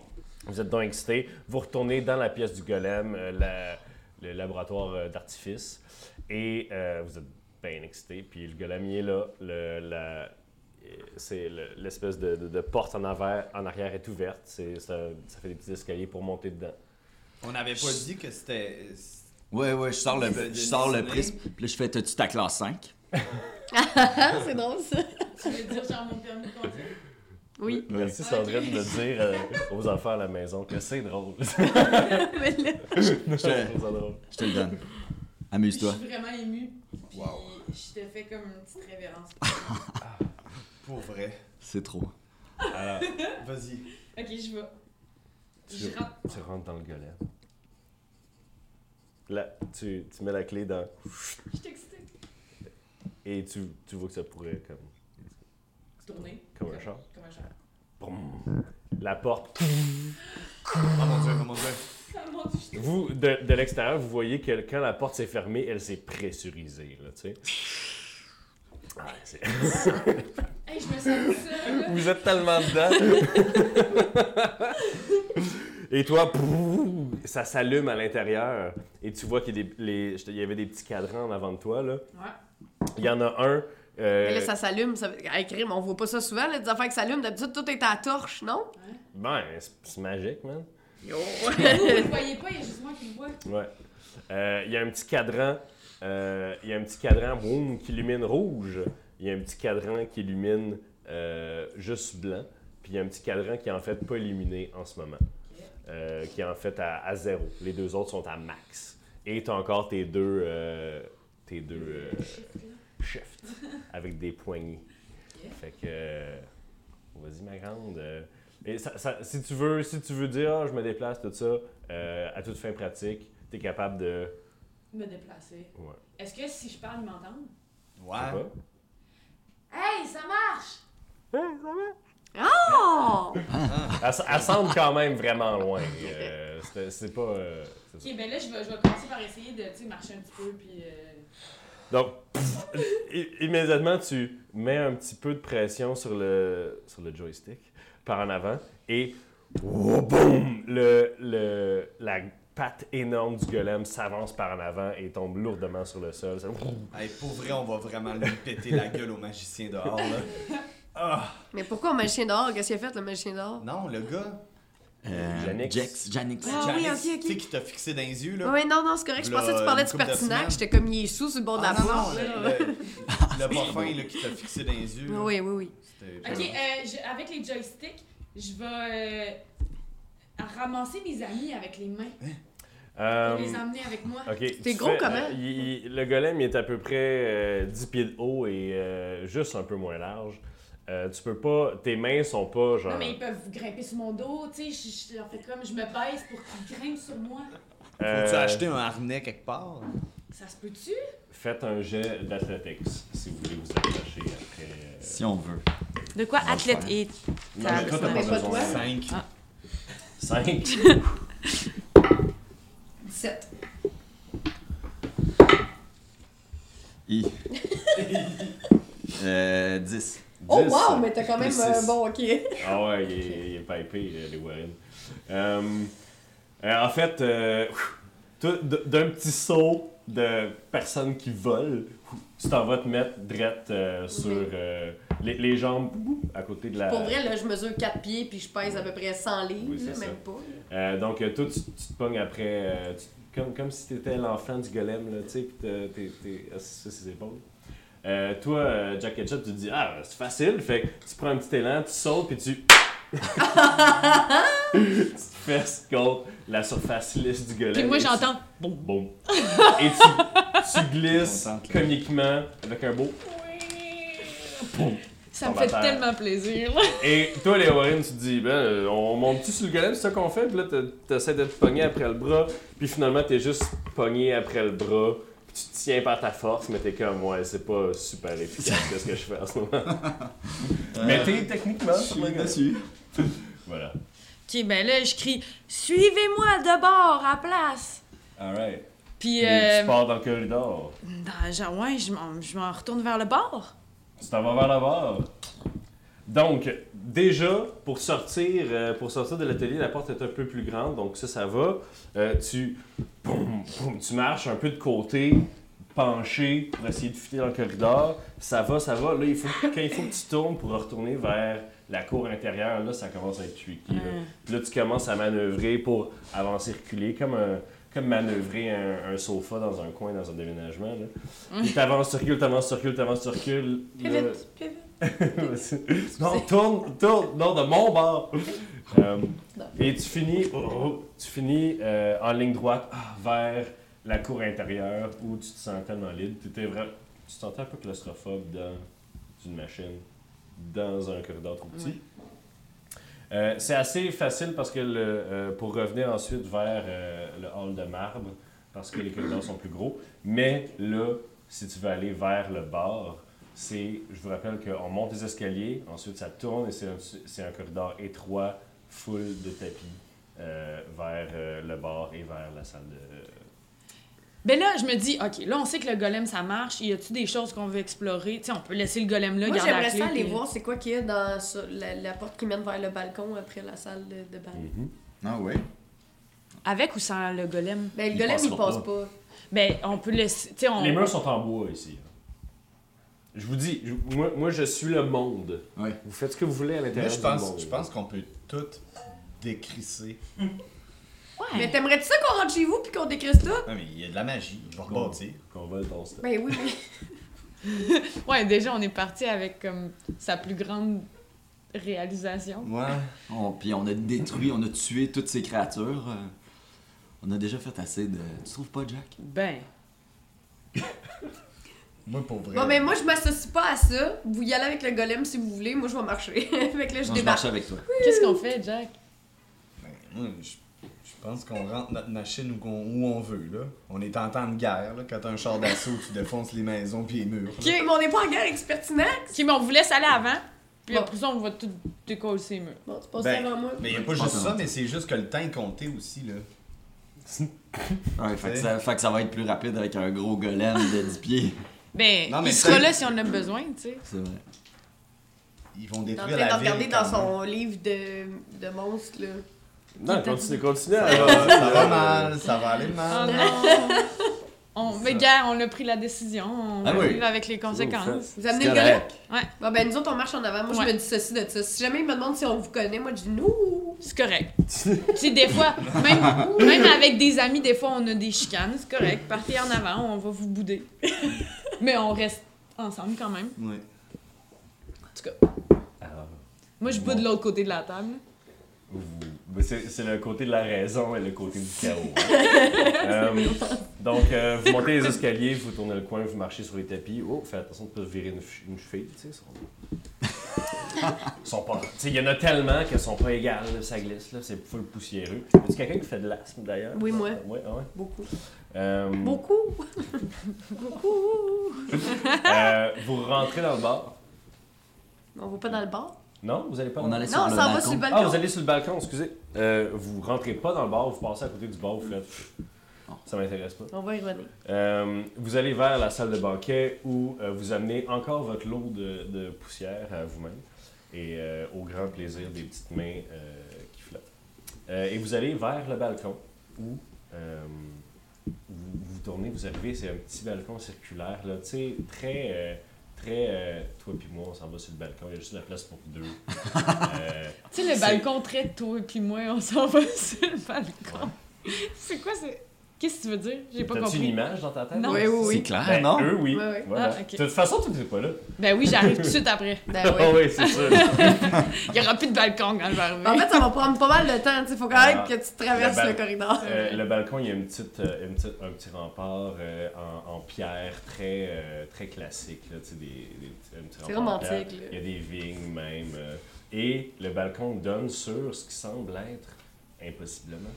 [SPEAKER 1] Vous êtes donc excité. Vous retournez dans la pièce du golem, euh, la- le laboratoire euh, d'artifice, et euh, vous êtes bien excité. Puis le golem, il est là. Le- la- euh, c'est le- l'espèce de, de- de porte en arrière, en arrière est ouverte. C'est- ça- ça fait des petits escaliers pour monter dedans.
[SPEAKER 7] On n'avait pas dit que c'était.
[SPEAKER 2] Ouais, ouais, je sors le,
[SPEAKER 7] Des-
[SPEAKER 2] je sors le
[SPEAKER 7] des-
[SPEAKER 2] prisme. Puis là, je fais T'as-tu ta classe 5
[SPEAKER 3] Ah, c'est drôle ça.
[SPEAKER 5] Tu veux dire genre mon permis de conduire?
[SPEAKER 3] Oui.
[SPEAKER 1] Merci
[SPEAKER 5] Ok.
[SPEAKER 1] Sandrine de dire euh, aux enfants à la maison que c'est drôle.
[SPEAKER 3] Mais là,
[SPEAKER 1] Je trouve
[SPEAKER 2] te-
[SPEAKER 1] ça drôle.
[SPEAKER 2] Je te le donne. Amuse-toi.
[SPEAKER 5] Je suis vraiment émue. Puis
[SPEAKER 4] Wow.
[SPEAKER 5] je te fais comme une petite révérence.
[SPEAKER 4] Pour vrai.
[SPEAKER 2] C'est trop.
[SPEAKER 4] Vas-y.
[SPEAKER 5] ok, je vais.
[SPEAKER 1] Tu,
[SPEAKER 5] Je rentre.
[SPEAKER 1] tu rentres dans le golem. Là, tu, tu mets la clé dans.
[SPEAKER 5] Je suis excitée.
[SPEAKER 1] Et tu, tu vois que ça pourrait comme.
[SPEAKER 5] Tourner.
[SPEAKER 1] Comme un chat.
[SPEAKER 5] Comme un chat.
[SPEAKER 1] Boum. La porte.
[SPEAKER 4] Oh mon dieu, oh mon dieu.
[SPEAKER 5] Ah, mon Dieu, je suis-
[SPEAKER 1] Vous, de, de l'extérieur, vous voyez que quand la porte s'est fermée, elle s'est pressurisée, là, tu sais. Ah, c'est-
[SPEAKER 5] Hey, je me sens seule. là.
[SPEAKER 1] Vous êtes tellement dedans. et toi, pouf, ça s'allume à l'intérieur. Et tu vois qu'il y, a des- les- il y avait des petits cadrans en avant de toi. Là.
[SPEAKER 5] Ouais.
[SPEAKER 1] Il y en a un. euh,
[SPEAKER 3] mais là, ça s'allume. Ça... veut- Hey, crime, on voit pas ça souvent, là, des affaires qui s'allument. D'habitude, tout est à la torche, non?
[SPEAKER 1] Ben, c'est c'est magique, man.
[SPEAKER 3] Yo.
[SPEAKER 5] Vous ne le voyez pas, il y a juste moi qui le vois.
[SPEAKER 1] Ouais. Euh, il y a un petit cadran. euh, il y a un petit cadran boum, qui illumine rouge. Il y a un petit cadran qui illumine euh, juste blanc. Puis il y a un petit cadran qui est en fait pas illuminé en ce moment. Euh, qui est en fait à, à zéro. Les deux autres sont à max. Et tu as encore tes deux, euh, tes deux euh, shifts avec des poignées. Fait que. euh, Vas-y, ma grande. euh, et ça- ça- si, tu veux, si tu veux dire, Ah, je me déplace, tout ça, euh, à toute fin pratique, tu es capable de.
[SPEAKER 5] Me déplacer.
[SPEAKER 1] Ouais.
[SPEAKER 5] Est-ce que si je parle, ils m'entendent?
[SPEAKER 1] je sais
[SPEAKER 4] Ouais.
[SPEAKER 1] pas.
[SPEAKER 5] Hey, ça marche!
[SPEAKER 3] Oh!
[SPEAKER 1] Elle, s- elle semble quand même vraiment loin. euh, c'est- c'est pas. euh, c'est ça.
[SPEAKER 5] Ok, ben là, je vais, je vais commencer par essayer de tu sais, marcher un petit peu, puis. euh,
[SPEAKER 1] Donc, pff, i- immédiatement, tu mets un petit peu de pression sur le, sur le joystick par en avant et wow, boum, le, le- la patte énorme du golem s'avance par en avant et tombe lourdement sur le sol. Ça-
[SPEAKER 4] Hey, pour vrai, on va vraiment lui péter la gueule au magicien dehors, là. Ah!
[SPEAKER 3] Mais pourquoi le magicien d'or? Qu'est-ce qu'il a fait, le magicien d'or?
[SPEAKER 4] Non, le gars.
[SPEAKER 2] Euh,
[SPEAKER 1] Janix.
[SPEAKER 2] Jax, Janix.
[SPEAKER 3] Ah oui,
[SPEAKER 4] Janice,
[SPEAKER 3] ok, ok.
[SPEAKER 4] Tu sais, qui t'a fixé dans les yeux, là.
[SPEAKER 3] Oui, non, non, c'est correct. Je
[SPEAKER 4] Là,
[SPEAKER 3] pensais que tu parlais
[SPEAKER 4] une
[SPEAKER 3] du
[SPEAKER 4] couple de
[SPEAKER 3] pertinac.
[SPEAKER 4] semaines.
[SPEAKER 3] J'étais comme il est sous sur le bord de la
[SPEAKER 4] Ah, non, non,
[SPEAKER 3] porte. là.
[SPEAKER 4] le, le, le parfum, là, qui t'a fixé dans les yeux. là.
[SPEAKER 3] Oui, oui, oui.
[SPEAKER 4] C'était-
[SPEAKER 5] Ok, euh, je- avec les joysticks, je vais euh, ramasser mes amis avec les mains
[SPEAKER 1] Euh,
[SPEAKER 5] et les emmener avec moi.
[SPEAKER 1] Ok,
[SPEAKER 3] T'es
[SPEAKER 1] tu
[SPEAKER 3] gros comment?
[SPEAKER 1] euh, il- il- le golem il est à peu près euh, 10 pieds de haut et euh, juste un peu moins large. Euh, tu peux pas. Tes mains sont pas genre.
[SPEAKER 5] Non, mais ils peuvent grimper sur mon dos, tu sais, je, je leur fais comme, je me baisse pour qu'ils grimpent sur moi.
[SPEAKER 1] Euh,
[SPEAKER 4] Faut-tu acheter un harnais quelque part?
[SPEAKER 5] Ça se peut-tu?
[SPEAKER 1] Faites un jet d'athlétiques si vous voulez vous attacher après. euh,
[SPEAKER 2] Si on veut.
[SPEAKER 5] De quoi
[SPEAKER 2] va le athlète faire.
[SPEAKER 5] et...
[SPEAKER 1] Non, mais toi, t'as
[SPEAKER 3] Mais pas
[SPEAKER 1] pas
[SPEAKER 3] toi.
[SPEAKER 1] besoin.
[SPEAKER 4] 5.
[SPEAKER 5] Ah.
[SPEAKER 1] 5.
[SPEAKER 3] 17.
[SPEAKER 2] I. euh, 10.
[SPEAKER 3] Oh, wow! Mais t'as quand même
[SPEAKER 2] Plus
[SPEAKER 3] euh,
[SPEAKER 2] six.
[SPEAKER 3] bon, ok.
[SPEAKER 1] Ah ouais, il est, il est pipé, euh, les Warren. Euh, euh, en fait, euh, tout- d- d'un petit saut de personnes qui volent, tu t'en vas te mettre drette euh, sur
[SPEAKER 3] Oui.
[SPEAKER 1] euh, les, les jambes à côté de la.
[SPEAKER 3] Pour vrai, là, je mesure 4 pieds puis je pèse à peu près 100 livres,
[SPEAKER 1] Oui, c'est
[SPEAKER 3] là,
[SPEAKER 1] ça.
[SPEAKER 3] même pas.
[SPEAKER 1] Euh, donc, euh, toi, tu, tu te pognes après. euh, tu- comme, comme si t'étais l'enfant du golem, là, tu sais, pis t'es- t'es t'es ah, assis sur ses épaules. Euh, toi, euh, Jack Ketchup, tu te dis, ah, c'est facile, fait que tu prends un petit élan, tu sautes, puis tu. tu te fesses contre la surface lisse du golem.
[SPEAKER 5] Puis moi,
[SPEAKER 1] et tu-
[SPEAKER 5] j'entends.
[SPEAKER 1] Boum, boum. Et tu, tu glisses
[SPEAKER 2] Contente, là.
[SPEAKER 1] comiquement avec un beau.
[SPEAKER 5] Ça me
[SPEAKER 1] On va
[SPEAKER 5] fait
[SPEAKER 1] faire.
[SPEAKER 5] tellement plaisir.
[SPEAKER 1] Et toi, les Warren, tu te dis, ben, euh, on monte-tu sur le golem, c'est ça qu'on fait? Puis là, t'as- t'essaies de te pogner après le bras, puis finalement, t'es juste pogné après le bras, puis tu te tiens par ta force, mais t'es comme, ouais, c'est pas super efficace qu'est-ce que je fais en ce moment. mais t'es techniquement sur le golem.
[SPEAKER 2] dessus.
[SPEAKER 1] Voilà.
[SPEAKER 5] Ok, ben là, je crie Suivez-moi de bord à place!
[SPEAKER 1] Alright.
[SPEAKER 5] Puis,
[SPEAKER 1] Et
[SPEAKER 5] euh,
[SPEAKER 1] Tu pars dans le corridor.
[SPEAKER 5] dans- genre, ouais, je m'en je m'en retourne vers le bord.
[SPEAKER 1] Tu t'en vas vers le bord. Donc, déjà, pour sortir, euh, pour sortir de l'atelier, la porte est un peu plus grande, donc ça, ça va. Euh, tu, boum, boum, tu marches un peu de côté, penché, pour essayer de fuiter dans le corridor. Ça va, ça va. Là, il faut, quand il faut que tu tournes pour retourner vers la cour intérieure, là, ça commence à être tricky. Là, Puis là, tu commences à manœuvrer pour avancer, reculer, comme un- Comme manœuvrer un, un sofa dans un coin, dans un déménagement. Là. Puis t'avances, tu recules, t'avances, tu recules, t'avances, tu recules. Là,
[SPEAKER 3] Pivot, pivot.
[SPEAKER 1] non, tourne, tourne, non, de mon bord. Euh, et tu finis, oh, oh, tu finis euh, en ligne droite ah, vers la cour intérieure où tu te sens tellement libre. Tu t'es vraiment, tu te sentais un peu claustrophobe dans une machine, dans un corridor trop petit. Euh, c'est assez facile parce que le, euh, pour revenir ensuite vers euh, le hall de marbre, parce que les corridors sont plus gros. Mais là, si tu veux aller vers le bar, c'est, je vous rappelle qu'on monte les escaliers, ensuite ça tourne et c'est un, c'est un corridor étroit, full de tapis euh, vers euh, le bar et vers la salle de.
[SPEAKER 5] Ben là, je me dis, OK, là, on sait que le golem, ça marche. Y a-tu des choses qu'on veut explorer? Tu sais, on peut laisser le golem là,
[SPEAKER 3] Moi,
[SPEAKER 5] garder la
[SPEAKER 3] j'aimerais
[SPEAKER 5] clé,
[SPEAKER 3] ça aller
[SPEAKER 5] puis-
[SPEAKER 3] voir c'est quoi qu'il y a dans ce- la, la porte qui mène vers le balcon après la salle de, de bal.
[SPEAKER 2] Ah ouais.
[SPEAKER 5] Avec ou sans le golem?
[SPEAKER 3] Ben, le
[SPEAKER 2] Il
[SPEAKER 3] golem, il
[SPEAKER 2] passera
[SPEAKER 3] passe pas.
[SPEAKER 2] pas.
[SPEAKER 5] Ben, on peut laisser... Tu sais, on...
[SPEAKER 1] Les murs sont en bois ici. Je vous dis, je- moi, moi je suis le monde.
[SPEAKER 2] Ouais.
[SPEAKER 1] Vous faites ce que vous voulez à
[SPEAKER 4] Moi,
[SPEAKER 1] l'intérieur
[SPEAKER 4] je
[SPEAKER 1] du monde.
[SPEAKER 4] pense, je pense qu'on peut tout décrisser.
[SPEAKER 5] Ouais.
[SPEAKER 3] Mais t'aimerais-tu ça qu'on rentre chez vous puis qu'on décrisse tout?
[SPEAKER 4] Non, mais il y a de la magie. Je vais rebâtir.
[SPEAKER 1] qu'on vole ton stuff.
[SPEAKER 3] Ben oui, mais
[SPEAKER 5] Ouais, déjà, on est parti avec comme sa plus grande réalisation.
[SPEAKER 4] Ouais.
[SPEAKER 2] On- puis on a détruit, on a tué toutes ces créatures. euh, on a déjà fait assez de. Tu trouves pas, Jack
[SPEAKER 5] Ben,
[SPEAKER 4] Moi, pour vrai.
[SPEAKER 3] bon, ben, moi, je m'associe pas à ça. Vous y allez avec le golem si vous voulez. Moi, je vais marcher. fait que là, je
[SPEAKER 2] Non, je
[SPEAKER 3] débarque.
[SPEAKER 2] marche avec toi.
[SPEAKER 5] qu'est-ce qu'on fait, Jack?
[SPEAKER 4] Ben, moi, je, je pense qu'on rentre notre machine où, qu'on- où on veut, là. On est en temps de guerre, là. Quand t'as un char d'assaut, tu défonces les maisons puis les murs.
[SPEAKER 3] Ok, mais on est pas en guerre avec Spertinax.
[SPEAKER 5] OK, mais on vous laisse aller avant, puis
[SPEAKER 3] Bon.
[SPEAKER 5] après ça, on va tout décoller ces murs.
[SPEAKER 3] Bon, tu passes
[SPEAKER 4] Ben,
[SPEAKER 3] avant moi.
[SPEAKER 4] Mais il a pas
[SPEAKER 2] Je
[SPEAKER 4] juste
[SPEAKER 2] pense
[SPEAKER 4] ça,
[SPEAKER 2] que-
[SPEAKER 4] mais c'est juste que le temps est compté aussi, là.
[SPEAKER 2] Ouais, fait que,
[SPEAKER 4] Ok.
[SPEAKER 2] ça, fait que ça va être plus rapide avec un gros golem de 10 pieds.
[SPEAKER 5] Ben,
[SPEAKER 4] Non, mais
[SPEAKER 5] il sera
[SPEAKER 4] peut-être-
[SPEAKER 5] là si on en a besoin, tu sais.
[SPEAKER 2] C'est vrai.
[SPEAKER 4] Ils vont
[SPEAKER 3] T'es en train
[SPEAKER 4] détruire
[SPEAKER 3] de
[SPEAKER 4] la ville.
[SPEAKER 3] regarder dans
[SPEAKER 4] quand même.
[SPEAKER 3] son livre de, de monstres, là.
[SPEAKER 1] Non, continue, continue.
[SPEAKER 4] Ça
[SPEAKER 1] alors.
[SPEAKER 4] va- ça va mal, ça va aller
[SPEAKER 5] Oh
[SPEAKER 4] mal.
[SPEAKER 5] non! on... Mais
[SPEAKER 4] Ça.
[SPEAKER 5] gars, on a pris la décision, on
[SPEAKER 2] Ah
[SPEAKER 5] va
[SPEAKER 2] oui.
[SPEAKER 5] vivre avec les conséquences.
[SPEAKER 3] Vous amenez le
[SPEAKER 2] C'est
[SPEAKER 3] golem?
[SPEAKER 2] correct.
[SPEAKER 3] Bon, ben, nous autres, on marche en avant. Moi,
[SPEAKER 5] Ouais.
[SPEAKER 3] je me dis ceci de ça. Si jamais ils me demandent si on vous connaît, moi, je dis nous.
[SPEAKER 5] C'est correct. tu sais, des fois, même, même avec des amis, des fois, on a des chicanes, c'est correct. Partez en avant, on va vous bouder. mais on reste ensemble quand même.
[SPEAKER 4] Ouais.
[SPEAKER 5] En tout cas,
[SPEAKER 1] Alors,
[SPEAKER 5] moi, je boude de l'autre côté de la table.
[SPEAKER 1] vous- ben, c'est c'est le côté de la raison et le côté du chaos. hein. Euh, donc, euh, vous montez les escaliers, vous tournez le coin, vous marchez sur les tapis. Oh, fais attention de ne pas virer une, ch- une cheville, tu sais. ils Sont... ils sont pas... Tu sais, il y en a tellement qu'elles sont pas égales, là, ça glisse, là, c'est full poussiéreux. Est-ce quelqu'un qui fait de l'asthme, d'ailleurs?
[SPEAKER 3] Oui, moi.
[SPEAKER 1] Ouais, ah ouais.
[SPEAKER 3] Beaucoup.
[SPEAKER 1] Euh,
[SPEAKER 3] Beaucoup.
[SPEAKER 1] euh, vous rentrez dans le bar.
[SPEAKER 3] On va pas dans le bar.
[SPEAKER 1] Non, vous allez pas
[SPEAKER 2] On
[SPEAKER 1] dans le
[SPEAKER 2] allait
[SPEAKER 3] Non,
[SPEAKER 2] sur
[SPEAKER 3] on
[SPEAKER 2] le
[SPEAKER 3] s'en va sur le
[SPEAKER 2] balcon.
[SPEAKER 1] Ah,
[SPEAKER 3] balcon.
[SPEAKER 1] vous allez sur le balcon, excusez. Euh, vous rentrez pas dans le bar, vous passez à côté du bar, vous faites... Ça m'intéresse pas.
[SPEAKER 3] On va y revenir.
[SPEAKER 1] Euh, vous allez vers la salle de banquet où euh, vous amenez encore votre lot de, de poussière à vous-même et euh, au grand plaisir des petites mains euh, qui flottent. Euh, et vous allez vers le balcon où euh, vous, vous tournez, vous arrivez, c'est un petit balcon circulaire, là, tu sais, très, euh, très, euh, toi puis moi, on s'en va sur le balcon, il y a juste la place pour deux. Euh,
[SPEAKER 5] Tu sais, le
[SPEAKER 1] C'est-
[SPEAKER 5] balcon très tôt, et puis moi, on s'en va sur le balcon. C'est quoi ce. Qu'est-ce que tu veux dire? J'ai pas
[SPEAKER 1] T'as-tu une
[SPEAKER 5] compris.
[SPEAKER 1] image dans ta tête?
[SPEAKER 5] Non.
[SPEAKER 3] Oui, oui,
[SPEAKER 2] C'est
[SPEAKER 3] oui.
[SPEAKER 2] clair,
[SPEAKER 1] Ben,
[SPEAKER 2] non
[SPEAKER 1] eux, oui.
[SPEAKER 3] oh. Ouais, ouais.
[SPEAKER 1] Voilà.
[SPEAKER 5] Ah, ok.
[SPEAKER 1] De toute façon, toi, t'étais pas là.
[SPEAKER 5] Ben oui, j'arrive tout de suite après.
[SPEAKER 3] Ben,
[SPEAKER 1] Ah
[SPEAKER 3] ouais.
[SPEAKER 1] oui, c'est sûr.
[SPEAKER 5] Il y aura plus de balcon quand je vais arriver.
[SPEAKER 3] Ben, En fait, ça va prendre pas mal de temps. Il faut quand même
[SPEAKER 1] Ah.
[SPEAKER 3] que tu traverses
[SPEAKER 1] Le bal-
[SPEAKER 3] le corridor.
[SPEAKER 1] Euh, le balcon, il y a une petite, euh, une petite- un petit rempart euh, en, en pierre très, euh, très classique. là, tu sais, des- des petits- un petit
[SPEAKER 3] C'est
[SPEAKER 1] rempart en pierre.
[SPEAKER 3] romantique, là.
[SPEAKER 1] Il y a des vignes même. euh, et le balcon donne sur ce qui semble être, impossiblement,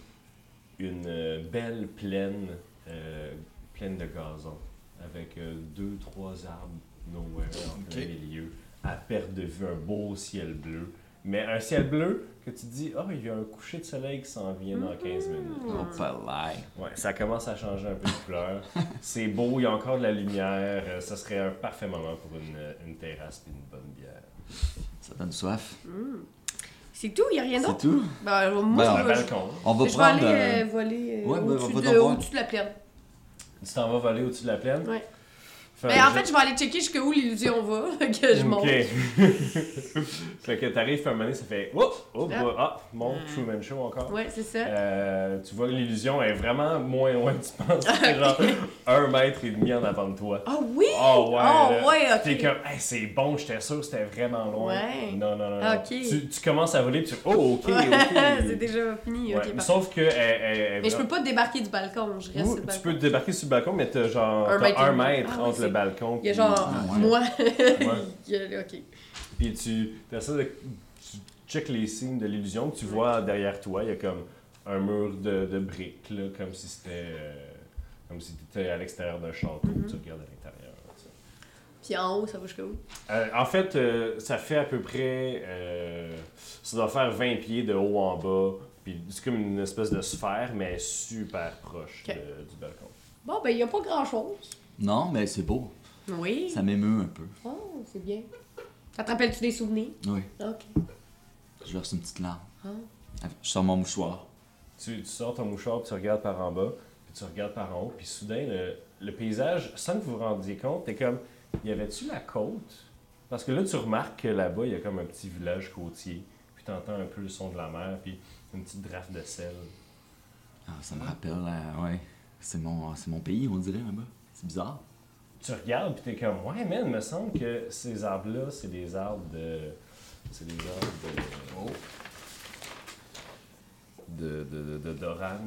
[SPEAKER 1] une euh, belle plaine, euh, plaine de gazon, avec euh, deux, trois arbres nowhere en plein
[SPEAKER 4] Ok.
[SPEAKER 1] milieu, à perte de vue, un beau ciel bleu. Mais un ciel bleu que tu te dis, ah, il y a un coucher de soleil qui s'en vient dans 15
[SPEAKER 3] Mm-hmm.
[SPEAKER 1] minutes.
[SPEAKER 2] Oh, pas l'air.
[SPEAKER 1] Ouais, ça commence à changer un peu de couleur. C'est beau, il y a euh, encore de la lumière. euh, Ça serait un parfait moment pour une, une terrasse et une bonne bière.
[SPEAKER 2] Ça donne soif.
[SPEAKER 3] C'est tout, il n'y a rien
[SPEAKER 2] C'est
[SPEAKER 3] d'autre.
[SPEAKER 2] tout?
[SPEAKER 3] Ben, moi,
[SPEAKER 2] Ben,
[SPEAKER 1] Le
[SPEAKER 3] je, vais-
[SPEAKER 1] balcon.
[SPEAKER 2] On va
[SPEAKER 3] je vais
[SPEAKER 2] prendre.
[SPEAKER 3] aller
[SPEAKER 2] euh,
[SPEAKER 3] euh, voler euh,
[SPEAKER 2] ouais, ben,
[SPEAKER 3] au-dessus
[SPEAKER 2] va
[SPEAKER 3] de,
[SPEAKER 2] donc voir.
[SPEAKER 3] au-dessus de la plaine.
[SPEAKER 1] Tu t'en vas voler au-dessus de la plaine?
[SPEAKER 3] Ouais.
[SPEAKER 1] Fais
[SPEAKER 3] Mais
[SPEAKER 1] un
[SPEAKER 3] Ben, en
[SPEAKER 1] jet.
[SPEAKER 3] fait, je vais aller checker jusqu'où l'illusion va, que je monte.
[SPEAKER 1] Ok. fait que t'arrives, fait un moment donné, ça fait. Oh, oh, bah, ah, mon Truman Show encore.
[SPEAKER 3] Hmm. Ouais, c'est ça.
[SPEAKER 1] Euh, tu vois que l'illusion est vraiment moins loin que tu penses. C'est genre un mètre et demi en avant de toi.
[SPEAKER 3] Ah oui!
[SPEAKER 1] Oh ouais!
[SPEAKER 3] Ah
[SPEAKER 1] là.
[SPEAKER 3] ouais, ok.
[SPEAKER 1] T'es comme, hey, c'est bon, j'étais sûr que c'était vraiment loin.
[SPEAKER 3] Ouais.
[SPEAKER 1] Non, non, non. non.
[SPEAKER 3] Ok.
[SPEAKER 1] Tu, tu commences à voler, puis tu. Oh, ok, ok.
[SPEAKER 3] c'est déjà fini,
[SPEAKER 1] Ouais,
[SPEAKER 3] ok,
[SPEAKER 1] mais
[SPEAKER 3] parfait.
[SPEAKER 1] Sauf que. eh, elle- elle- elle-
[SPEAKER 3] Mais je peux pas débarquer du balcon, je
[SPEAKER 1] Ou
[SPEAKER 3] reste sur le
[SPEAKER 1] tu
[SPEAKER 3] balcon.
[SPEAKER 1] peux te débarquer sur le balcon, mais t'as genre
[SPEAKER 3] Un
[SPEAKER 1] t'as
[SPEAKER 3] mètre et
[SPEAKER 1] un
[SPEAKER 3] demi.
[SPEAKER 1] mètre
[SPEAKER 3] Ah, ouais,
[SPEAKER 1] entre
[SPEAKER 3] c'est-
[SPEAKER 1] le balcon.
[SPEAKER 3] Il y a
[SPEAKER 1] puis-
[SPEAKER 3] genre
[SPEAKER 2] Ah, ouais.
[SPEAKER 3] moi.
[SPEAKER 1] Ouais.
[SPEAKER 3] Il y a- ok.
[SPEAKER 1] Puis tu essaies de tu check les signes de l'illusion que tu vois derrière toi. Il y a comme un mur de, de briques, là, comme si c'était. euh, comme si t'étais à l'extérieur d'un château.
[SPEAKER 3] Mm-hmm.
[SPEAKER 1] Tu regardes à l'intérieur. tu sais.
[SPEAKER 3] Puis en haut, ça va jusqu'à où?
[SPEAKER 1] Euh, en fait, euh, ça fait à peu près. euh, ça doit faire 20 pieds de haut en bas. Puis c'est comme une espèce de sphère, mais super proche
[SPEAKER 3] Ok.
[SPEAKER 1] de- du balcon.
[SPEAKER 3] Bon, ben, il n'y a pas grand-chose.
[SPEAKER 2] Non, mais c'est beau.
[SPEAKER 3] Oui.
[SPEAKER 2] Ça m'émeut un peu.
[SPEAKER 3] Oh, c'est bien. Ça te rappelle-tu des souvenirs? Ah,
[SPEAKER 2] Oui.
[SPEAKER 3] Ok.
[SPEAKER 2] Je verse une petite larme.
[SPEAKER 3] Ah.
[SPEAKER 2] Je sors mon mouchoir.
[SPEAKER 1] Tu, tu sors ton mouchoir, puis tu regardes par en bas, puis tu regardes par en haut, puis soudain, le, le paysage, sans que vous vous rendiez compte, t'es comme, y avait-tu la côte? Parce que là, tu remarques que là-bas, il y a comme un petit village côtier, puis t'entends un peu le son de la mer, puis une petite draft de sel.
[SPEAKER 2] Ah, ça me rappelle, euh, ouais. C'est mon, c'est mon pays, on dirait, là-bas. C'est bizarre.
[SPEAKER 1] Tu regardes, puis t'es comme, ouais, man, me semble que ces arbres-là, c'est des arbres de. C'est des arbres de. De, de, de, de Doran.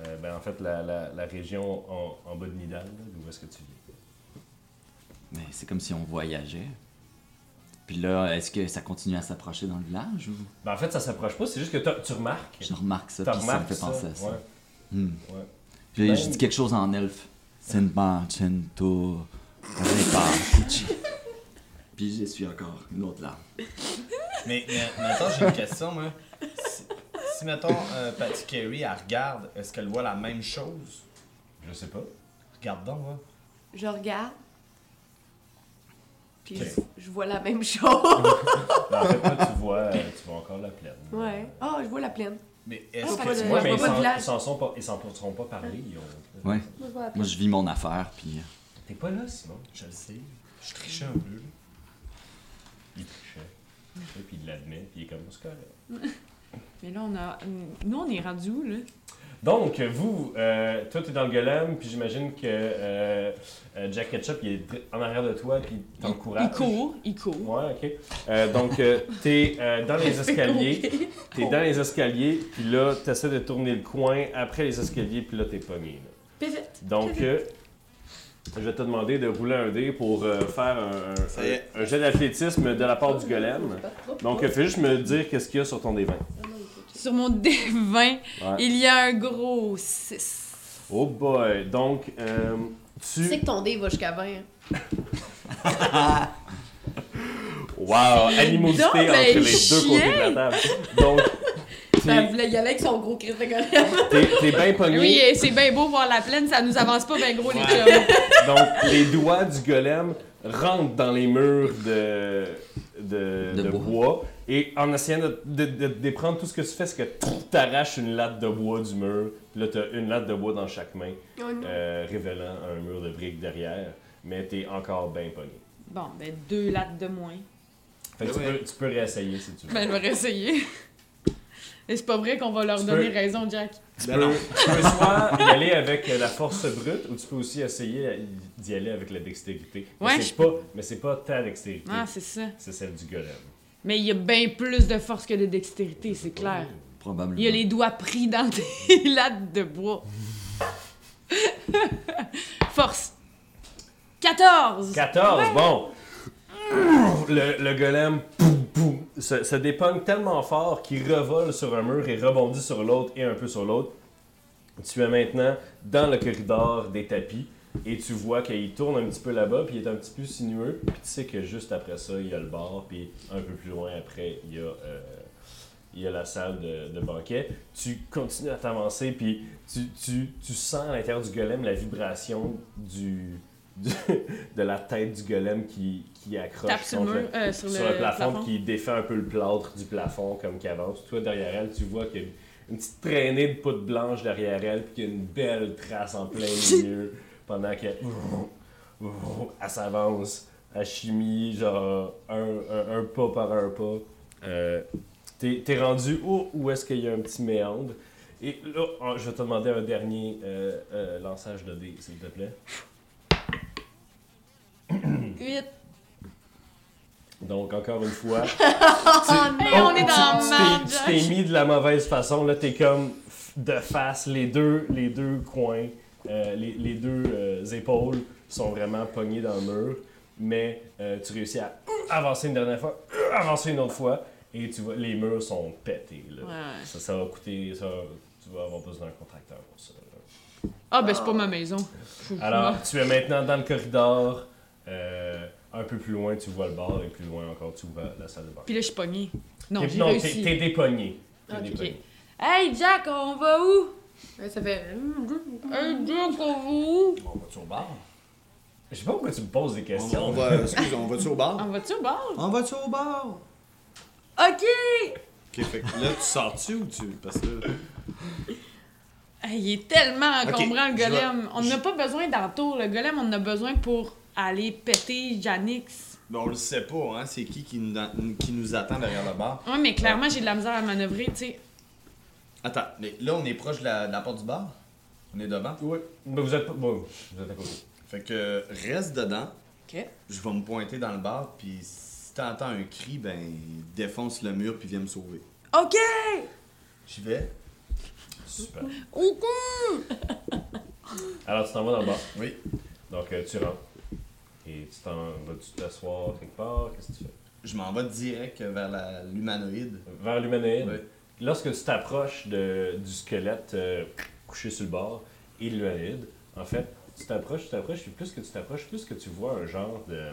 [SPEAKER 1] Euh, ben, en fait, la, la, la région en, en bas de Nidal, là, d'où est-ce que tu vis.
[SPEAKER 2] Mais c'est comme si on voyageait. Puis là, est-ce que ça continue à s'approcher dans le village ou.
[SPEAKER 1] Ben, en fait, ça s'approche pas, c'est juste que t'as- tu remarques.
[SPEAKER 2] Je remarque ça,
[SPEAKER 1] T'as
[SPEAKER 2] puis ça me
[SPEAKER 1] remarqué
[SPEAKER 2] fait penser à ça.
[SPEAKER 1] ouais.
[SPEAKER 2] Hmm.
[SPEAKER 1] Ouais.
[SPEAKER 2] Puis
[SPEAKER 1] Ben-
[SPEAKER 2] je dis quelque chose en elfe. Senban, Chento, Repa, Kuchi. Puis j'essuie encore une autre larme.
[SPEAKER 4] Mais, mais maintenant, j'ai une question, moi. Si, si, mettons, euh, Patty Carey, elle regarde, est-ce qu'elle voit la même chose?
[SPEAKER 1] Je sais pas.
[SPEAKER 4] Regarde donc, hein. là.
[SPEAKER 3] Je regarde. Puis
[SPEAKER 1] Ok.
[SPEAKER 3] je, je vois la même chose.
[SPEAKER 1] Ben, en fait, là, tu vois, euh, tu vois encore la plaine.
[SPEAKER 3] ouais. Ah, je vois la plaine.
[SPEAKER 4] Mais
[SPEAKER 3] Ah,
[SPEAKER 4] est-ce
[SPEAKER 3] pas
[SPEAKER 4] que
[SPEAKER 3] de-
[SPEAKER 4] tu
[SPEAKER 1] Ouais,
[SPEAKER 4] vois...
[SPEAKER 3] je
[SPEAKER 1] mais
[SPEAKER 3] vois
[SPEAKER 1] ils
[SPEAKER 3] pas de
[SPEAKER 1] s'en-
[SPEAKER 3] village.
[SPEAKER 1] ils s'en sont pas, ils s'en seront pas parlé. ils ont-
[SPEAKER 2] Ouais.
[SPEAKER 3] Moi, je vois la
[SPEAKER 2] Moi,
[SPEAKER 3] plaine.
[SPEAKER 2] je vis mon affaire, puis.
[SPEAKER 1] T'es pas là, Simon.
[SPEAKER 4] Je le sais. Je trichais un peu, là.
[SPEAKER 1] Il trichait. Il trichait, puis il l'admet, puis il est comme c'est correct.
[SPEAKER 5] Mais là, on a. Nous, on est rendu où, là?
[SPEAKER 1] Donc, vous, euh, toi, t'es dans le golem, puis j'imagine que euh, euh, Jack Ketchup, il est dr- en arrière de toi, puis il t'encourage.
[SPEAKER 5] Il court, il court.
[SPEAKER 1] Ouais, ok. Euh, donc, euh, t'es euh, dans les escaliers. T'es dans les escaliers, puis là, t'essaies de tourner le coin après les escaliers, puis là, t'es pogné. là.
[SPEAKER 3] Pivot.
[SPEAKER 1] Donc, euh, je vais te demander de rouler un dé pour euh, faire un, un-
[SPEAKER 6] Ça y est.
[SPEAKER 1] un jet d'athlétisme de la part du golem. Donc, euh, fais juste me dire qu'est-ce qu'il y a sur ton D20.
[SPEAKER 5] Sur mon D20, il y a un gros 6.
[SPEAKER 1] Oh boy! Donc, euh, tu...
[SPEAKER 3] Tu sais que ton dé va jusqu'à 20. hein.
[SPEAKER 1] Wow! Animosité
[SPEAKER 5] Non, ben,
[SPEAKER 1] entre les deux
[SPEAKER 5] chien!
[SPEAKER 1] côtés de la table. Donc,
[SPEAKER 3] Elle
[SPEAKER 1] t'es-
[SPEAKER 3] voulait y aller avec son gros cri de golem.
[SPEAKER 1] t'es t'es bien pogné.
[SPEAKER 5] Oui, et c'est bien beau voir la plaine, ça nous avance pas bien gros, les chums.
[SPEAKER 1] Donc, les doigts du golem rentrent dans les murs de, de,
[SPEAKER 2] De
[SPEAKER 1] de bois.
[SPEAKER 2] bois.
[SPEAKER 1] Et en essayant de, de, de- de déprendre, tout ce que tu fais, c'est que t'arraches une latte de bois du mur. Là, t'as une latte de bois dans chaque main,
[SPEAKER 3] Oh non.
[SPEAKER 1] euh, révélant un mur de briques derrière. Mais t'es encore bien pogné.
[SPEAKER 5] Bon, ben deux lattes de moins.
[SPEAKER 1] Fait que tu,
[SPEAKER 6] Ouais.
[SPEAKER 1] peux, tu peux réessayer si tu veux.
[SPEAKER 5] Ben, je vais réessayer. Et c'est pas vrai qu'on va leur
[SPEAKER 1] Tu
[SPEAKER 5] donner
[SPEAKER 1] peux-
[SPEAKER 5] raison, Jack.
[SPEAKER 1] tu,
[SPEAKER 6] Ben
[SPEAKER 1] peux,
[SPEAKER 6] non.
[SPEAKER 1] tu peux soit y aller avec la force brute ou tu peux aussi essayer d'y aller avec la dextérité. Mais
[SPEAKER 5] Ouais,
[SPEAKER 1] c'est
[SPEAKER 5] je-
[SPEAKER 1] pas, mais c'est pas ta dextérité,
[SPEAKER 5] Ah, c'est ça.
[SPEAKER 1] c'est celle du golem.
[SPEAKER 5] Mais il y a bien plus de force que de dextérité, c'est clair.
[SPEAKER 2] Probablement.
[SPEAKER 5] Il a les doigts pris dans des lattes de bois. force. 14!
[SPEAKER 1] 14, bon. Le, le golem poum, poum, se, se dépogne tellement fort qu'il revole sur un mur et rebondit sur l'autre et un peu sur l'autre. Tu es maintenant dans le corridor des tapis et tu vois qu'il tourne un petit peu là-bas, puis il est un petit peu sinueux. Puis tu sais que juste après ça, il y a le bar, puis un peu plus loin après, il y a, euh, il y a la salle de, de banquet. Tu continues à t'avancer, puis tu, tu- tu sens à l'intérieur du golem la vibration du, du- de la tête du golem qui, qui accroche
[SPEAKER 5] Tape sur le
[SPEAKER 1] contre
[SPEAKER 5] mur, euh, sur le,
[SPEAKER 1] sur le plafond,
[SPEAKER 5] plafond.
[SPEAKER 1] puis qui défait un peu le plâtre du plafond comme qui avance. Toi, derrière elle, tu vois qu'il y a une- une petite traînée de poudre blanche derrière elle, puis qu'il y a une belle trace en plein milieu pendant qu'elle elle s'avance. Elle chimie, genre un, un- un pas par un pas. Euh, T'es t'es rendu où, où est-ce qu'il y a un petit méandre. Et là, oh, je vais te demander un dernier euh, euh, lançage de dés, s'il te plaît.
[SPEAKER 5] 8.
[SPEAKER 1] Donc, encore une fois,
[SPEAKER 3] Oh,
[SPEAKER 5] Hey, on est dans
[SPEAKER 1] Oh, tu
[SPEAKER 5] marge,
[SPEAKER 1] t'es- tu t'es mis de la mauvaise façon. Là, t'es comme f- de face. Les deux, les deux coins, euh, les, les deux euh, épaules sont vraiment pognées dans le mur. Mais euh, tu réussis à euh, avancer une dernière fois, euh, avancer une autre fois. Et tu vois, les murs sont pétés. là.
[SPEAKER 5] Ouais.
[SPEAKER 1] Ça, ça va coûter. Ça, tu vas avoir besoin d'un contracteur pour ça. là.
[SPEAKER 5] Ah, ben c'est pas ma maison. Je- je-
[SPEAKER 1] Alors, tu es maintenant dans le corridor. euh, un peu plus loin, tu vois le bar. Et plus loin encore, tu vois la salle de bain.
[SPEAKER 5] Puis là, je suis pognée. Non,
[SPEAKER 1] T'es-
[SPEAKER 5] j'ai
[SPEAKER 1] non, t'es-
[SPEAKER 5] réussi.
[SPEAKER 1] T'es dépogné. T'es
[SPEAKER 5] Ok.
[SPEAKER 1] dépogné.
[SPEAKER 5] Hey Jack, on va où?
[SPEAKER 3] Ouais, ça fait.
[SPEAKER 5] Hey Jack, on va où?
[SPEAKER 6] On va-tu au bar?
[SPEAKER 1] bah, Je sais pas pourquoi tu me poses des
[SPEAKER 6] On, on
[SPEAKER 4] bah,
[SPEAKER 1] questions.
[SPEAKER 6] va, excuse, on va-tu au bar?
[SPEAKER 5] On va-tu au bar?
[SPEAKER 6] On va-tu au bar?
[SPEAKER 5] Ok!
[SPEAKER 6] Ok, fait que là, tu sors-tu ou tu. Parce que là,
[SPEAKER 5] Hey, il est tellement
[SPEAKER 6] Ok,
[SPEAKER 5] encombrant
[SPEAKER 6] je
[SPEAKER 5] le
[SPEAKER 6] vais-
[SPEAKER 5] golem. On n'a pas besoin d'entour. Le golem, on en a besoin pour aller péter Janix.
[SPEAKER 7] Ben, on le sait pas, hein, c'est qui qui nous, qui nous attend derrière le bar.
[SPEAKER 5] Ouais, mais clairement, j'ai de la misère à manœuvrer, tu sais.
[SPEAKER 7] Attends, mais là, on est proche de la, de la porte du bar. On est devant.
[SPEAKER 1] Oui. Mais vous êtes pas. Bon, vous êtes à côté.
[SPEAKER 7] Fait que reste dedans.
[SPEAKER 5] Ok.
[SPEAKER 7] Je vais me pointer dans le bar, puis si t'entends un cri, ben défonce le mur, puis viens me sauver.
[SPEAKER 5] Ok!
[SPEAKER 7] J'y vais.
[SPEAKER 1] Super.
[SPEAKER 5] Au cou!
[SPEAKER 1] Alors tu t'en vas dans le bar.
[SPEAKER 7] Oui.
[SPEAKER 1] Donc euh, tu rentres. Et tu t'en vas-tu t'asseoir quelque part? Qu'est-ce que tu fais?
[SPEAKER 7] Je m'en vais direct vers la- l'humanoïde.
[SPEAKER 1] Vers l'humanoïde.
[SPEAKER 7] Ouais.
[SPEAKER 1] Lorsque tu t'approches de- du squelette euh, couché sur le bord et de l'humanoïde, en fait, tu t'approches, tu t'approches, puis plus que tu t'approches, plus que tu vois un genre de.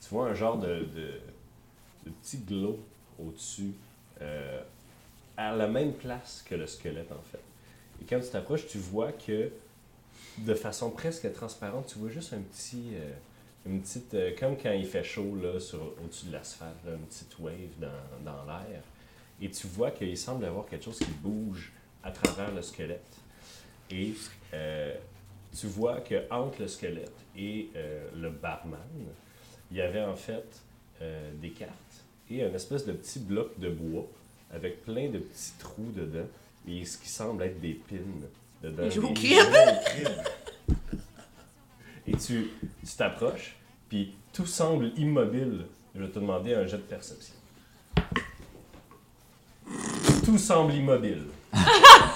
[SPEAKER 1] Tu vois un genre de, de- de petit glow au-dessus, euh, à la même place que le squelette, en fait. Et quand tu t'approches, tu vois que de façon presque transparente, tu vois juste un petit. euh, une petite. euh, comme quand il fait chaud là, sur, au-dessus de l'asphalte, là, une petite wave dans, dans l'air. Et tu vois qu'il semble y avoir quelque chose qui bouge à travers le squelette. Et euh, tu vois que entre le squelette et euh, le barman, il y avait en fait euh, des cartes et un espèce de petit bloc de bois avec plein de petits trous dedans et ce qui semble être des pins dedans.
[SPEAKER 3] Des joues
[SPEAKER 1] Des-
[SPEAKER 3] cribs.
[SPEAKER 1] Et tu tu t'approches, puis tout semble immobile. Je vais te demander un jet de perception. Tout semble immobile. Attends,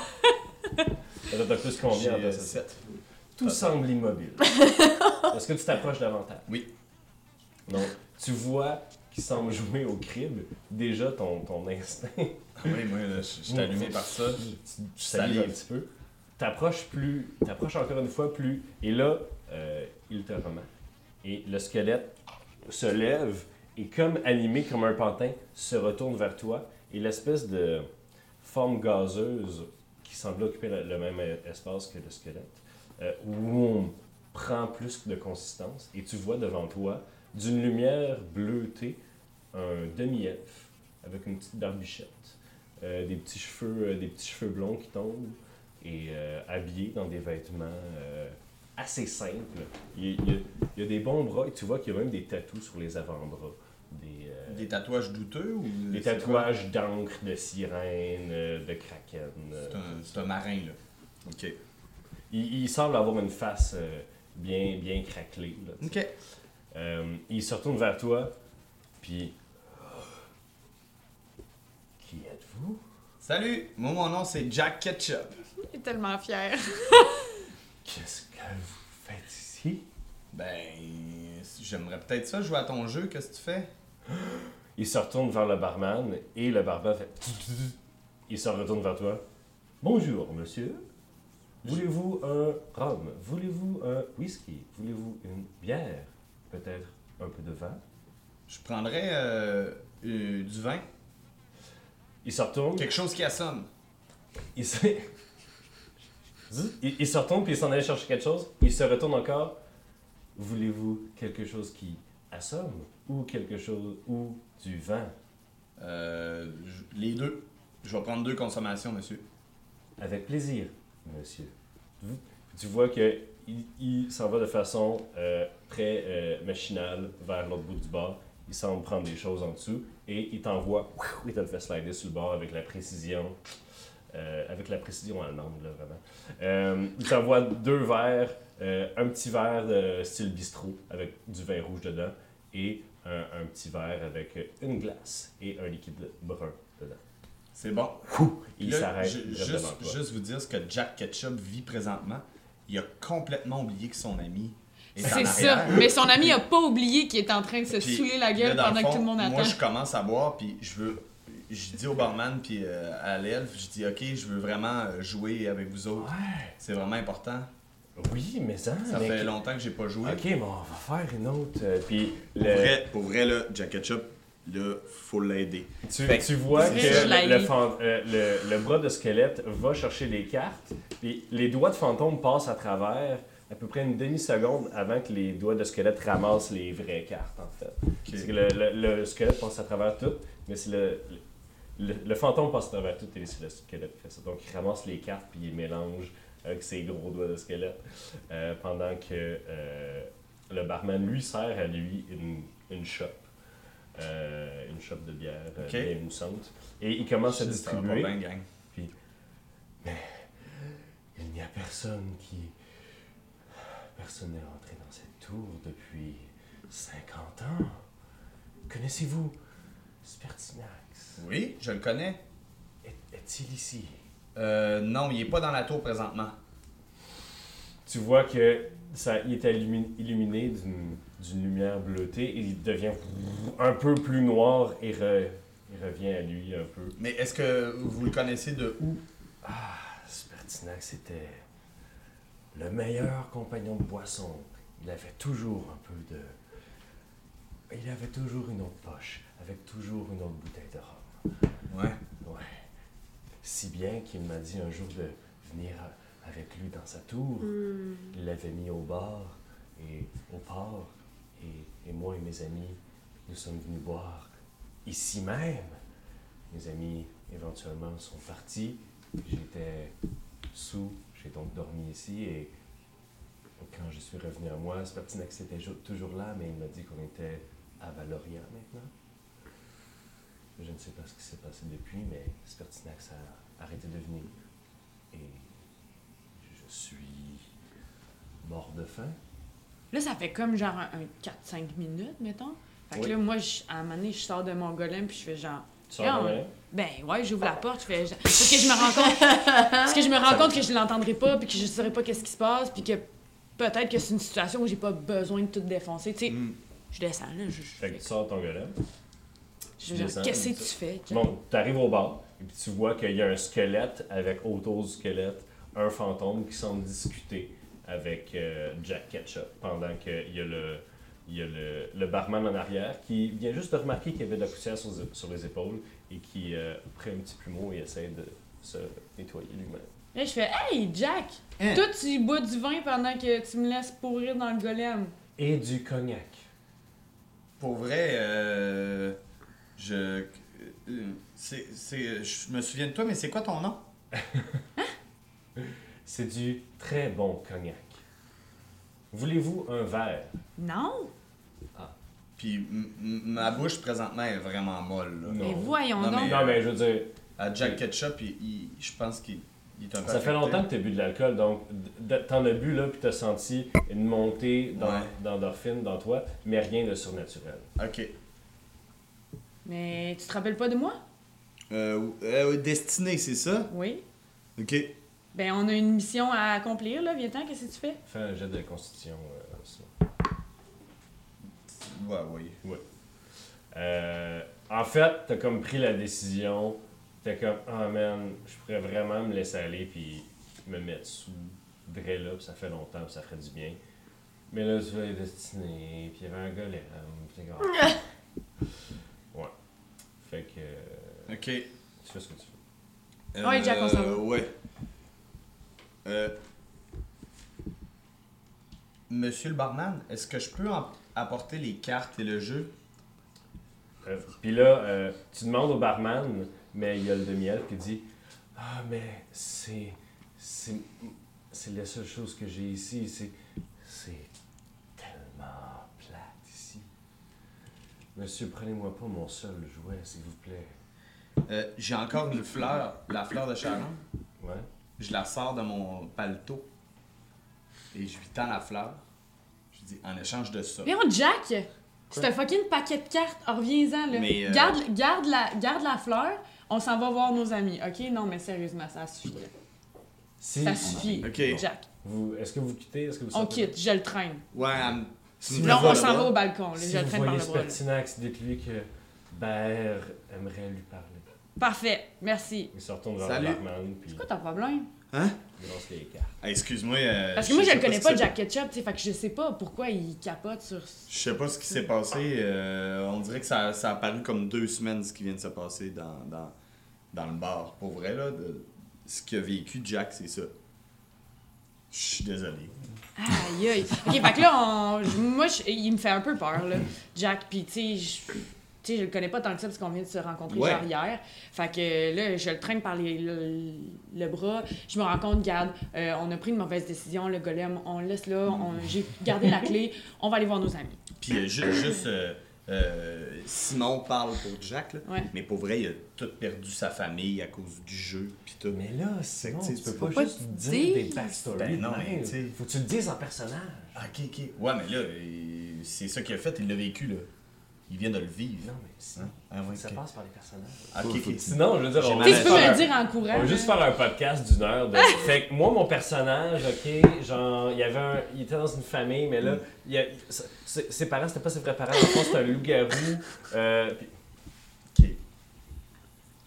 [SPEAKER 1] T'as plus combien en
[SPEAKER 7] J'ai euh,
[SPEAKER 1] perception?
[SPEAKER 7] sept.
[SPEAKER 1] Tout semble immobile. Est-ce que tu t'approches davantage?
[SPEAKER 7] Oui.
[SPEAKER 1] Donc, tu vois qu'il semble jouer au crib. Déjà, ton, ton instinct,
[SPEAKER 7] Ah Oui, moi, là, je je suis allumé par ça.
[SPEAKER 1] tu, tu salives un
[SPEAKER 7] Salive.
[SPEAKER 1] petit peu. T'approches plus, t'approches encore une fois plus. Et là, euh, il te remarque. Et le squelette se lève et, comme animé comme un pantin, se retourne vers toi. Et l'espèce de forme gazeuse qui semblait occuper le, le même euh, espace que le squelette, euh, woum, prend plus de consistance et tu vois devant toi, d'une lumière bleutée, un demi-elfe avec une petite barbichette, euh, des, petits cheveux, euh, des petits cheveux blonds qui tombent et euh, habillé dans des vêtements euh, assez simples. Il, il y a, il y a des bons bras et tu vois qu'il y a même des tatous sur les avant-bras. Des, euh,
[SPEAKER 7] Des tatouages douteux ou.
[SPEAKER 1] des
[SPEAKER 7] c'est quoi?
[SPEAKER 1] tatouages d'encre, de sirène, euh, de kraken. euh.
[SPEAKER 7] C'est un, c'est un marin, là. Ok.
[SPEAKER 1] Il, il semble avoir une face euh, bien, bien craquelée. là, tu sais.
[SPEAKER 7] Ok.
[SPEAKER 1] Euh, il se retourne vers toi, puis. Qui êtes-vous?
[SPEAKER 7] Salut! Moi, mon nom, c'est Jack Ketchup.
[SPEAKER 5] Il est tellement fier.
[SPEAKER 1] Qu'est-ce que vous faites ici?
[SPEAKER 7] Ben, j'aimerais peut-être ça jouer à ton jeu, qu'est-ce que tu fais?
[SPEAKER 1] Il se retourne vers le barman et le barman fait. Il se retourne vers toi. Bonjour, monsieur. Voulez-vous un rhum? Voulez-vous un whisky? Voulez-vous une bière? Peut-être un peu de vin?
[SPEAKER 7] Je prendrais euh, euh, du vin.
[SPEAKER 1] Il se retourne.
[SPEAKER 7] Quelque chose qui assomme.
[SPEAKER 1] Il se... Il, il se retourne, puis il s'en allait chercher quelque chose. Il se retourne encore. Voulez-vous quelque chose qui assomme ou quelque chose ou du vent
[SPEAKER 4] Euh, j- les deux. Je vais prendre deux consommations, monsieur.
[SPEAKER 1] Avec plaisir, monsieur. Vous- Tu vois que il, il s'en va de façon euh, très euh, machinale vers l'autre bout du bar. Il semble prendre des choses en dessous et il t'envoie. Il te le fait slider sur le bord avec la précision. euh, avec la précision allemande, là, vraiment. Euh, il t'envoie deux verres, euh, un petit verre de style bistrot avec du vin rouge dedans et un, un petit verre avec une glace et un liquide brun dedans.
[SPEAKER 4] C'est bon.
[SPEAKER 1] Il
[SPEAKER 4] Là,
[SPEAKER 1] s'arrête.
[SPEAKER 4] ju-
[SPEAKER 1] direct devant
[SPEAKER 4] Juste,
[SPEAKER 1] toi.
[SPEAKER 4] juste vous dire ce que Jack Ketchup vit présentement. Il a complètement oublié que son ami est en
[SPEAKER 5] C'est ça.
[SPEAKER 4] arrière.
[SPEAKER 5] Mais son ami a pas oublié qu'il est en train de se
[SPEAKER 4] Puis,
[SPEAKER 5] saouler la
[SPEAKER 4] là,
[SPEAKER 5] gueule
[SPEAKER 4] dans
[SPEAKER 5] pendant
[SPEAKER 4] fond,
[SPEAKER 5] que tout le monde
[SPEAKER 4] Moi,
[SPEAKER 5] attend.
[SPEAKER 4] je commence à boire, puis je veux. Je dis au barman, puis euh, à l'elfe, je dis Ok, je veux vraiment euh, jouer avec vous autres. C'est vraiment important.
[SPEAKER 1] Oui, mais ça.
[SPEAKER 4] Ça
[SPEAKER 1] mais-
[SPEAKER 4] fait longtemps que j'ai pas joué.
[SPEAKER 1] Ok, mais on va faire une autre. euh, Puis
[SPEAKER 7] Pour
[SPEAKER 1] le-
[SPEAKER 7] vrai, pour vrai, là, Jack Ketchup, là, faut l'aider.
[SPEAKER 1] tu, tu vois que
[SPEAKER 5] Fait que je l'haïs.
[SPEAKER 1] le, le fan- euh, le- le bras de squelette va chercher les cartes, puis les doigts de fantôme passent à travers à peu près une demi-seconde avant que les doigts de squelette ramassent les vraies cartes, en fait. C'est que le, le- le squelette passe à travers tout, mais c'est le, le, le- le fantôme passe à travers tout et c'est le squelette qui fait ça. Donc il ramasse les cartes puis il les mélange avec ses gros doigts de squelette euh, pendant que euh, le barman lui sert à lui une, une chope. Euh, une chope de bière euh,
[SPEAKER 4] Ok.
[SPEAKER 1] bien moussante. Et il commence à
[SPEAKER 4] Ça va pas
[SPEAKER 1] distribuer.
[SPEAKER 4] bien, gang.
[SPEAKER 1] Il n'y a personne qui. Personne n'est rentré dans cette tour depuis 50 ans. Connaissez-vous Spertinax
[SPEAKER 4] Oui, je le connais.
[SPEAKER 1] Est- Est-il ici
[SPEAKER 4] Euh, non, il est pas dans la tour présentement.
[SPEAKER 1] Tu vois que ça, il est allumi- illuminé d'une d'une lumière bleutée et il devient un peu plus noir et re- il revient à lui un peu.
[SPEAKER 4] Mais est-ce que vous le connaissez de où
[SPEAKER 1] Ah, Spertinax était le meilleur compagnon de boisson. Il avait toujours un peu de. Il avait toujours une autre poche, avec toujours une autre bouteille de rhum.
[SPEAKER 4] Ouais.
[SPEAKER 1] Ouais. Si bien qu'il m'a dit un jour de venir euh, avec lui dans sa tour. Il l'avait mis au bar et au port. Et, et moi et mes amis, nous sommes venus boire ici même. Mes amis, éventuellement, sont partis. J'étais sous, j'ai donc dormi ici. Et quand je suis revenu à moi, Spertinax était jo- toujours là, mais il m'a dit qu'on était à Valoria maintenant. Je ne sais pas ce qui s'est passé depuis, mais Spertinax a arrêté de venir. Et je suis mort de faim.
[SPEAKER 5] Là, ça fait comme genre un, un 4-5 minutes, mettons. Fait que
[SPEAKER 1] Oui.
[SPEAKER 5] là, moi, je- à un moment donné, je sors de mon golem puis je fais genre.
[SPEAKER 1] Tu
[SPEAKER 5] Ah,
[SPEAKER 1] sors de
[SPEAKER 5] ouais.
[SPEAKER 1] là?
[SPEAKER 5] Ben ouais, j'ouvre la porte, je fais. genre- Parce que je me rends compte. parce que je me rends compte que je l'entendrai pas, puis que je saurais pas qu'est-ce qui se passe, puis que peut-être que c'est une situation où j'ai pas besoin de tout défoncer. Tu sais, je descends là, je. je
[SPEAKER 1] Mm. Fait que tu sors ton golem.
[SPEAKER 5] je veux
[SPEAKER 1] descends,
[SPEAKER 5] dire, qu'est-ce que
[SPEAKER 1] comme
[SPEAKER 5] tu
[SPEAKER 1] ça.
[SPEAKER 5] fais? Jack?
[SPEAKER 1] Bon, t'arrives au bar, et puis tu vois qu'il y a un squelette avec autour du squelette un fantôme qui semble discuter avec euh, Jack Ketchup pendant qu'il y a le. Il y a le, le barman en arrière qui vient juste de remarquer qu'il y avait de la poussière sur, sur les épaules et qui euh, prend un petit plumeau et essaie de se nettoyer lui-même.
[SPEAKER 5] Là, je fais Hey, Jack!
[SPEAKER 4] Hein?
[SPEAKER 5] Toi, tu bois du vin pendant que tu me laisses pourrir dans le golem.
[SPEAKER 1] Et du cognac.
[SPEAKER 4] Pour vrai, euh,
[SPEAKER 7] Je. euh, C'est. c'est- Je me souviens de toi, mais c'est quoi ton nom?
[SPEAKER 1] C'est du très bon cognac. Voulez-vous un verre?
[SPEAKER 5] Non?
[SPEAKER 4] Puis m- m- ma bouche présentement est vraiment molle. là.
[SPEAKER 1] Non.
[SPEAKER 5] Mais voyons
[SPEAKER 4] Non,
[SPEAKER 5] donc.
[SPEAKER 4] mais-
[SPEAKER 1] Non, mais je veux dire,
[SPEAKER 4] À Jack Ketchup, il- il- je pense qu'il il est un peu.
[SPEAKER 1] ça fait
[SPEAKER 4] affecté.
[SPEAKER 1] longtemps que tu as bu de l'alcool, donc d- d- t'en as bu là, puis t'as senti une montée dans-
[SPEAKER 4] Ouais.
[SPEAKER 1] d'endorphine dans toi, mais rien de surnaturel.
[SPEAKER 4] Ok.
[SPEAKER 5] Mais tu te rappelles pas de moi?
[SPEAKER 7] Euh, euh, Destiné, c'est ça?
[SPEAKER 5] Oui.
[SPEAKER 7] Ok.
[SPEAKER 5] Ben, on a une mission à accomplir, là. Viens-t'en, qu'est-ce que tu fais?
[SPEAKER 1] Fais un jet de constitution. euh, ça.
[SPEAKER 4] Ouais, oui.
[SPEAKER 1] Euh, en fait, t'as comme pris la décision, t'es comme, ah man, je pourrais vraiment me laisser aller puis me mettre sous Dre là, puis ça fait longtemps, puis ça ferait du bien. Mais là, tu vas être destiné, puis il y avait un golem, puis t'es comme, ah. Ouais. Fait que, euh,
[SPEAKER 7] Ok.
[SPEAKER 1] tu fais ce que tu veux.
[SPEAKER 5] Ah Ouais, Jack, on s'en va.
[SPEAKER 7] Ouais.
[SPEAKER 4] Euh, Monsieur le barman, est-ce que je peux en- apporter les cartes et le jeu?
[SPEAKER 1] Euh, Puis là, euh, tu demandes au barman, mais il y a le demi elfe qui dit Ah, mais c'est. C'est. C'est la seule chose que j'ai ici. C'est. C'est tellement plate ici. Monsieur, prenez-moi pas mon seul jouet, s'il vous plaît.
[SPEAKER 4] Euh, J'ai encore une fleur, la fleur de Sharon.
[SPEAKER 1] Ouais.
[SPEAKER 4] Je la sors de mon paletot et je lui tends la fleur. Je dis en échange de ça.
[SPEAKER 5] Viens, Jack! C'est un fucking paquet de cartes, Alors, reviens-en là.
[SPEAKER 4] Mais, euh,
[SPEAKER 5] Garde, garde, la, garde la fleur, on s'en va voir nos amis, ok? Non, mais sérieusement, ça suffit. là.
[SPEAKER 1] Si
[SPEAKER 5] Ça suffit,
[SPEAKER 4] Ok.
[SPEAKER 5] Jack.
[SPEAKER 1] vous. Est-ce que vous quittez Est-ce que vous
[SPEAKER 5] On
[SPEAKER 1] sortez?
[SPEAKER 5] quitte, je le traîne.
[SPEAKER 4] Ouais, elle me- tu me
[SPEAKER 5] Non,
[SPEAKER 4] vois
[SPEAKER 5] on
[SPEAKER 4] le
[SPEAKER 5] s'en
[SPEAKER 4] bras?
[SPEAKER 5] va au balcon, là,
[SPEAKER 1] Si
[SPEAKER 5] je le
[SPEAKER 1] vous
[SPEAKER 5] traîne par
[SPEAKER 1] voyez
[SPEAKER 5] le bras. là.
[SPEAKER 1] Spertinax, dites-lui que Baer euh, aimerait lui parler.
[SPEAKER 5] Parfait, merci.
[SPEAKER 1] Il se retourne vers
[SPEAKER 4] Salut.
[SPEAKER 1] le barman, puis
[SPEAKER 5] C'est quoi ton problème?
[SPEAKER 1] il lance les cartes.
[SPEAKER 4] Ah, Excuse-moi. euh,
[SPEAKER 5] Parce que moi, je
[SPEAKER 4] sais
[SPEAKER 5] le connais
[SPEAKER 4] ce qui
[SPEAKER 5] pas,
[SPEAKER 4] s'est-
[SPEAKER 5] Jack Ketchup, tu sais, fait que je sais pas pourquoi il capote sur.
[SPEAKER 4] Je sais pas ce qui s'est passé. euh, on dirait que ça, ça a paru comme deux semaines ce qui vient de se passer dans, dans, dans le bar. Pour vrai, là, de, ce qu'a vécu Jack, c'est ça. Je suis désolé.
[SPEAKER 5] Aïe aïe. Ok, fait que là, on- je- moi, je- il me fait un peu peur, là, Jack. Puis, tu sais, je- tu sais, je le connais pas tant que ça parce qu'on vient de se rencontrer
[SPEAKER 4] Ouais.
[SPEAKER 5] genre hier. Fait que là, je le traîne par les, le, le bras. Je me rends compte, garde, euh, on a pris une mauvaise décision, le golem, on le laisse là, on- j'ai gardé la clé, on va aller voir nos amis.
[SPEAKER 4] Puis euh, ju- juste, euh, euh, Simon parle pour Jack, là,
[SPEAKER 5] Ouais.
[SPEAKER 4] mais pour vrai, il a tout perdu sa famille à cause du jeu. Puis tout.
[SPEAKER 1] Mais là, c'est
[SPEAKER 4] que,
[SPEAKER 1] bon,
[SPEAKER 4] tu sais,
[SPEAKER 1] tu peux
[SPEAKER 4] tu
[SPEAKER 1] pas,
[SPEAKER 3] peux
[SPEAKER 1] juste
[SPEAKER 3] pas
[SPEAKER 1] dire
[SPEAKER 3] dire.
[SPEAKER 1] des backstories.
[SPEAKER 4] Ben non,
[SPEAKER 1] de
[SPEAKER 4] mais
[SPEAKER 1] même.
[SPEAKER 4] tu sais.
[SPEAKER 1] faut que tu le dises en personnage.
[SPEAKER 4] Ah, ok, ok. Ouais, mais là, euh, c'est ça qu'il a fait, il l'a vécu, là. Il vient de le vivre.
[SPEAKER 1] Non, mais si,
[SPEAKER 4] Hein? Ah, ouais,
[SPEAKER 1] ça
[SPEAKER 4] ok.
[SPEAKER 1] passe par les personnages.
[SPEAKER 4] Ah, ok, ok.
[SPEAKER 1] Sinon, je veux dire, on
[SPEAKER 5] Tu sais,
[SPEAKER 1] va
[SPEAKER 5] tu peux me
[SPEAKER 1] faire
[SPEAKER 5] le
[SPEAKER 1] un-
[SPEAKER 5] dire en courant.
[SPEAKER 1] On va
[SPEAKER 5] là.
[SPEAKER 1] juste faire un podcast d'une heure. De... fait que moi, mon personnage, ok, genre, il y avait un... il était dans une famille, mais
[SPEAKER 4] Mm.
[SPEAKER 1] là, il y a... ses ses parents, c'était pas ses vrais parents. En fait, c'était un loup-garou. Euh, puis-
[SPEAKER 4] Ok.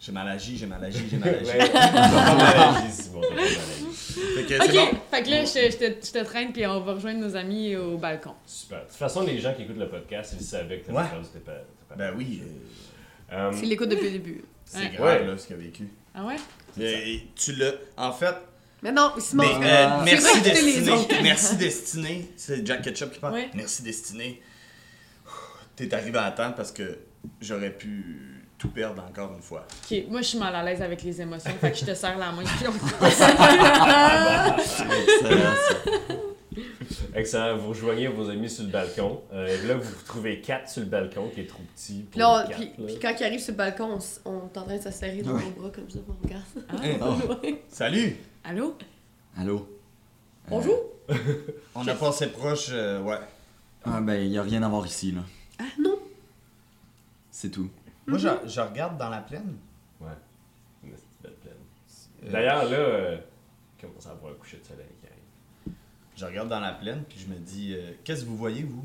[SPEAKER 4] J'ai mal agi, j'ai mal agi, j'ai mal agi.
[SPEAKER 1] Ouais, t'as pas mal agi, c'est bon, t'as pas mal agi.
[SPEAKER 4] Fait que
[SPEAKER 5] Ok,
[SPEAKER 4] c'est bon.
[SPEAKER 5] fait que là, je, je te, je te traîne, puis on va rejoindre nos amis au balcon.
[SPEAKER 1] Super. De toute façon, les gens qui écoutent le podcast, ils savaient que t'avais
[SPEAKER 4] Ouais.
[SPEAKER 1] perdu tes pa- tes parents.
[SPEAKER 4] Ben oui, euh,
[SPEAKER 1] Euh,
[SPEAKER 3] Il l'écoute depuis le début.
[SPEAKER 4] c'est
[SPEAKER 5] Ouais.
[SPEAKER 4] grave
[SPEAKER 1] Ouais.
[SPEAKER 4] là, ce qu'il a vécu.
[SPEAKER 5] Ah ouais?
[SPEAKER 4] Mais tu l'as. En fait,
[SPEAKER 3] Mais non, il se
[SPEAKER 4] mais,
[SPEAKER 3] montre.
[SPEAKER 4] euh,
[SPEAKER 3] C'est
[SPEAKER 4] merci
[SPEAKER 3] vrai que c'est les
[SPEAKER 4] Destiné.
[SPEAKER 3] autres.
[SPEAKER 4] Merci Destiné. C'est Jack Ketchup qui parle.
[SPEAKER 5] Ouais.
[SPEAKER 4] Merci Destiné. T'es arrivé à temps parce que j'aurais pu tout perdre encore une fois.
[SPEAKER 5] Ok, moi, je suis mal à l'aise avec les émotions, fait que je te serre la main, puis on-
[SPEAKER 1] Excellent. Vous rejoignez vos amis sur le balcon. Euh, là, vous trouvez 4 sur le balcon qui est trop petit. Pour
[SPEAKER 3] Puis là,
[SPEAKER 1] les
[SPEAKER 3] on-
[SPEAKER 1] quatre,
[SPEAKER 3] puis-
[SPEAKER 1] là.
[SPEAKER 3] puis quand il arrive sur le balcon, on, s- on est en train de se serrer dans nos bras comme ça, on regarde.
[SPEAKER 4] Salut!
[SPEAKER 5] Allô?
[SPEAKER 2] Ah. Allô?
[SPEAKER 3] Bonjour!
[SPEAKER 4] On a passé proche, euh, ouais.
[SPEAKER 2] Ah, ben, y a rien à voir ici, là.
[SPEAKER 3] Ah non!
[SPEAKER 2] C'est tout.
[SPEAKER 4] Moi, je,
[SPEAKER 3] Mm-hmm.
[SPEAKER 4] je regarde dans la plaine.
[SPEAKER 1] Ouais. Une petite belle plaine. D'ailleurs, là, euh, commence à avoir un coucher de soleil qui arrive.
[SPEAKER 4] Je regarde dans la plaine, puis je me dis, euh, qu'est-ce que vous voyez, vous?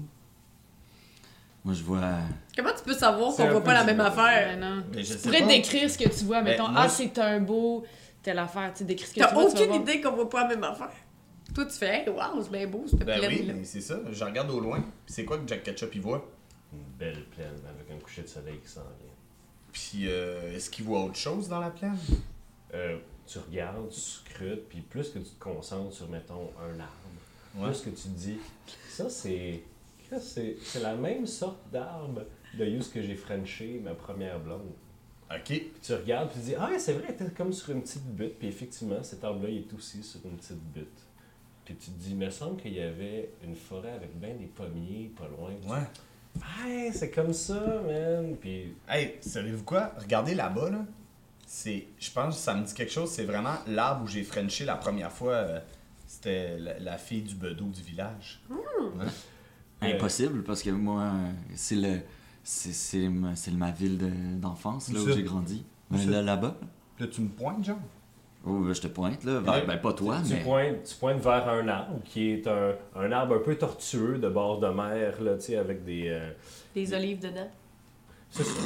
[SPEAKER 2] Moi, je vois. euh,
[SPEAKER 3] Comment tu peux savoir
[SPEAKER 1] C'est
[SPEAKER 3] qu'on
[SPEAKER 1] un
[SPEAKER 3] voit
[SPEAKER 1] peu
[SPEAKER 3] pas la
[SPEAKER 1] du
[SPEAKER 3] même
[SPEAKER 1] monde.
[SPEAKER 5] Ben
[SPEAKER 3] affaire?
[SPEAKER 5] non.
[SPEAKER 4] Ben, je
[SPEAKER 5] Tu
[SPEAKER 4] sais
[SPEAKER 5] pourrais
[SPEAKER 4] pas.
[SPEAKER 5] décrire ce que tu
[SPEAKER 1] Ben,
[SPEAKER 5] vois, mettons,
[SPEAKER 4] moi,
[SPEAKER 5] ah,
[SPEAKER 4] je-
[SPEAKER 5] c'est un beau, telle affaire, tu sais, décris ce que tu
[SPEAKER 3] T'as
[SPEAKER 5] vois. tu vas
[SPEAKER 3] aucune
[SPEAKER 5] voir.
[SPEAKER 3] idée qu'on voit pas la même affaire. Toi, tu fais, hey, waouh, c'est bien beau, cette
[SPEAKER 4] Ben
[SPEAKER 3] plaine
[SPEAKER 4] oui,
[SPEAKER 3] là.
[SPEAKER 4] mais c'est ça. Je regarde au loin. puis C'est quoi que Jack Ketchup y voit?
[SPEAKER 1] Une belle plaine avec un coucher de soleil qui s'en vient.
[SPEAKER 4] Puis euh, est-ce qu'il voit autre chose dans la plaine?
[SPEAKER 1] Euh, tu regardes, tu scrutes, puis plus que tu te concentres sur, mettons, un arbre,
[SPEAKER 4] Ouais.
[SPEAKER 1] plus que tu te dis, ça, c'est. ça, C'est c'est la même sorte d'arbre de Yous que j'ai Frenché, ma première blonde.
[SPEAKER 4] Ok.
[SPEAKER 1] Puis tu regardes, puis tu dis, ah, ouais, c'est vrai, t'es comme sur une petite butte. Puis effectivement, cet arbre-là, il est aussi sur une petite butte. Puis tu te dis, il me semble qu'il y avait une forêt avec ben des pommiers pas loin. Puis tu
[SPEAKER 4] Ouais.
[SPEAKER 1] Hey, c'est comme ça, man. Puis
[SPEAKER 4] Hey, savez-vous quoi? Regardez là-bas, là. C'est, je pense que ça me dit quelque chose. C'est vraiment l'arbre où j'ai frenché la première fois. euh, C'était la, la fille du bedeau du village.
[SPEAKER 1] Euh,
[SPEAKER 2] Impossible, parce que moi, euh, c'est le. C'est, c'est, ma, c'est ma ville de- d'enfance, là,
[SPEAKER 4] Où
[SPEAKER 2] où
[SPEAKER 4] ça?
[SPEAKER 2] j'ai grandi.
[SPEAKER 4] Où
[SPEAKER 2] Ben,
[SPEAKER 4] ça?
[SPEAKER 2] là, là-bas.
[SPEAKER 4] Là, tu me pointes, genre?
[SPEAKER 2] Oh, ben, je te pointe, là.
[SPEAKER 1] Ouais.
[SPEAKER 2] Ben, ben, pas
[SPEAKER 4] Ah,
[SPEAKER 2] toi,
[SPEAKER 1] tu,
[SPEAKER 2] mais.
[SPEAKER 1] pointes, tu pointes vers un arbre qui est un, un arbre un peu tortueux de bord de mer, là, tu sais, avec des. euh,
[SPEAKER 3] Des olives dedans.
[SPEAKER 1] C'est ça.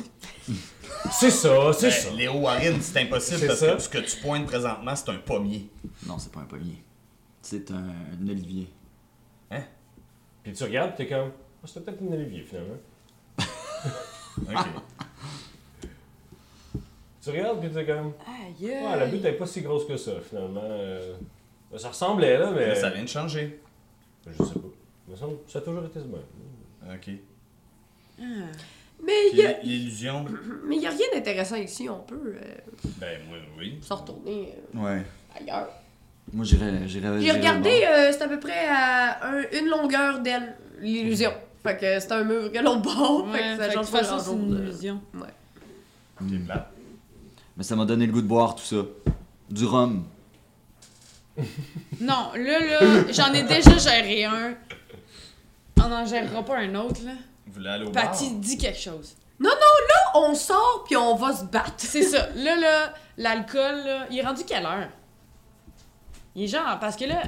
[SPEAKER 1] c'est ça, c'est
[SPEAKER 4] Ben,
[SPEAKER 1] ça.
[SPEAKER 4] Léo Warren, c'est impossible
[SPEAKER 1] C'est
[SPEAKER 4] parce
[SPEAKER 1] ça.
[SPEAKER 4] que ce que tu pointes présentement, c'est un pommier.
[SPEAKER 2] Non, c'est pas un pommier. C'est un, un olivier.
[SPEAKER 1] Puis tu regardes, puis t'es comme, oh, c'était peut-être une olivier finalement.
[SPEAKER 4] Ok.
[SPEAKER 1] Tu regardes, puis t'es ah, comme,
[SPEAKER 5] Aïe,
[SPEAKER 1] ouais, la
[SPEAKER 5] aïe.
[SPEAKER 1] butte est pas si grosse que ça finalement. euh. Ça ressemblait, là, mais.
[SPEAKER 4] Là, ça vient de changer.
[SPEAKER 1] Je sais pas. Il me semble que ça a toujours été ce même.
[SPEAKER 4] OK.
[SPEAKER 3] Mais il
[SPEAKER 4] Puis
[SPEAKER 3] y a,
[SPEAKER 4] l'illusion.
[SPEAKER 3] mais y a rien d'intéressant ici, on peut euh,
[SPEAKER 4] Ben, moi, oui.
[SPEAKER 3] se retourner euh,
[SPEAKER 2] Ouais.
[SPEAKER 3] ailleurs.
[SPEAKER 2] Moi, j'irais. j'irais-
[SPEAKER 3] J'ai
[SPEAKER 2] j'irais
[SPEAKER 3] regardé, euh, c'est à peu près à un- une longueur d'aile, l'illusion. Fait que c'est un mur que l'on bord, fait que ça
[SPEAKER 5] fait que de
[SPEAKER 3] change
[SPEAKER 5] toute
[SPEAKER 3] pas
[SPEAKER 5] façon, c'est une
[SPEAKER 3] grand-chose.
[SPEAKER 5] illusion.
[SPEAKER 2] le bar. Mm.
[SPEAKER 4] plate.
[SPEAKER 3] euh.
[SPEAKER 2] Mais ça m'a donné le goût de boire tout ça. Du rhum.
[SPEAKER 5] Non, là, là, j'en ai déjà géré un. On n'en gérera pas un autre, là.
[SPEAKER 4] Vous voulez aller au bar?
[SPEAKER 5] Patty dit quelque chose.
[SPEAKER 3] On sort, puis on va se battre.
[SPEAKER 5] C'est ça. Là, là, l'alcool, là, il est rendu quelle heure? Il est genre, parce que là,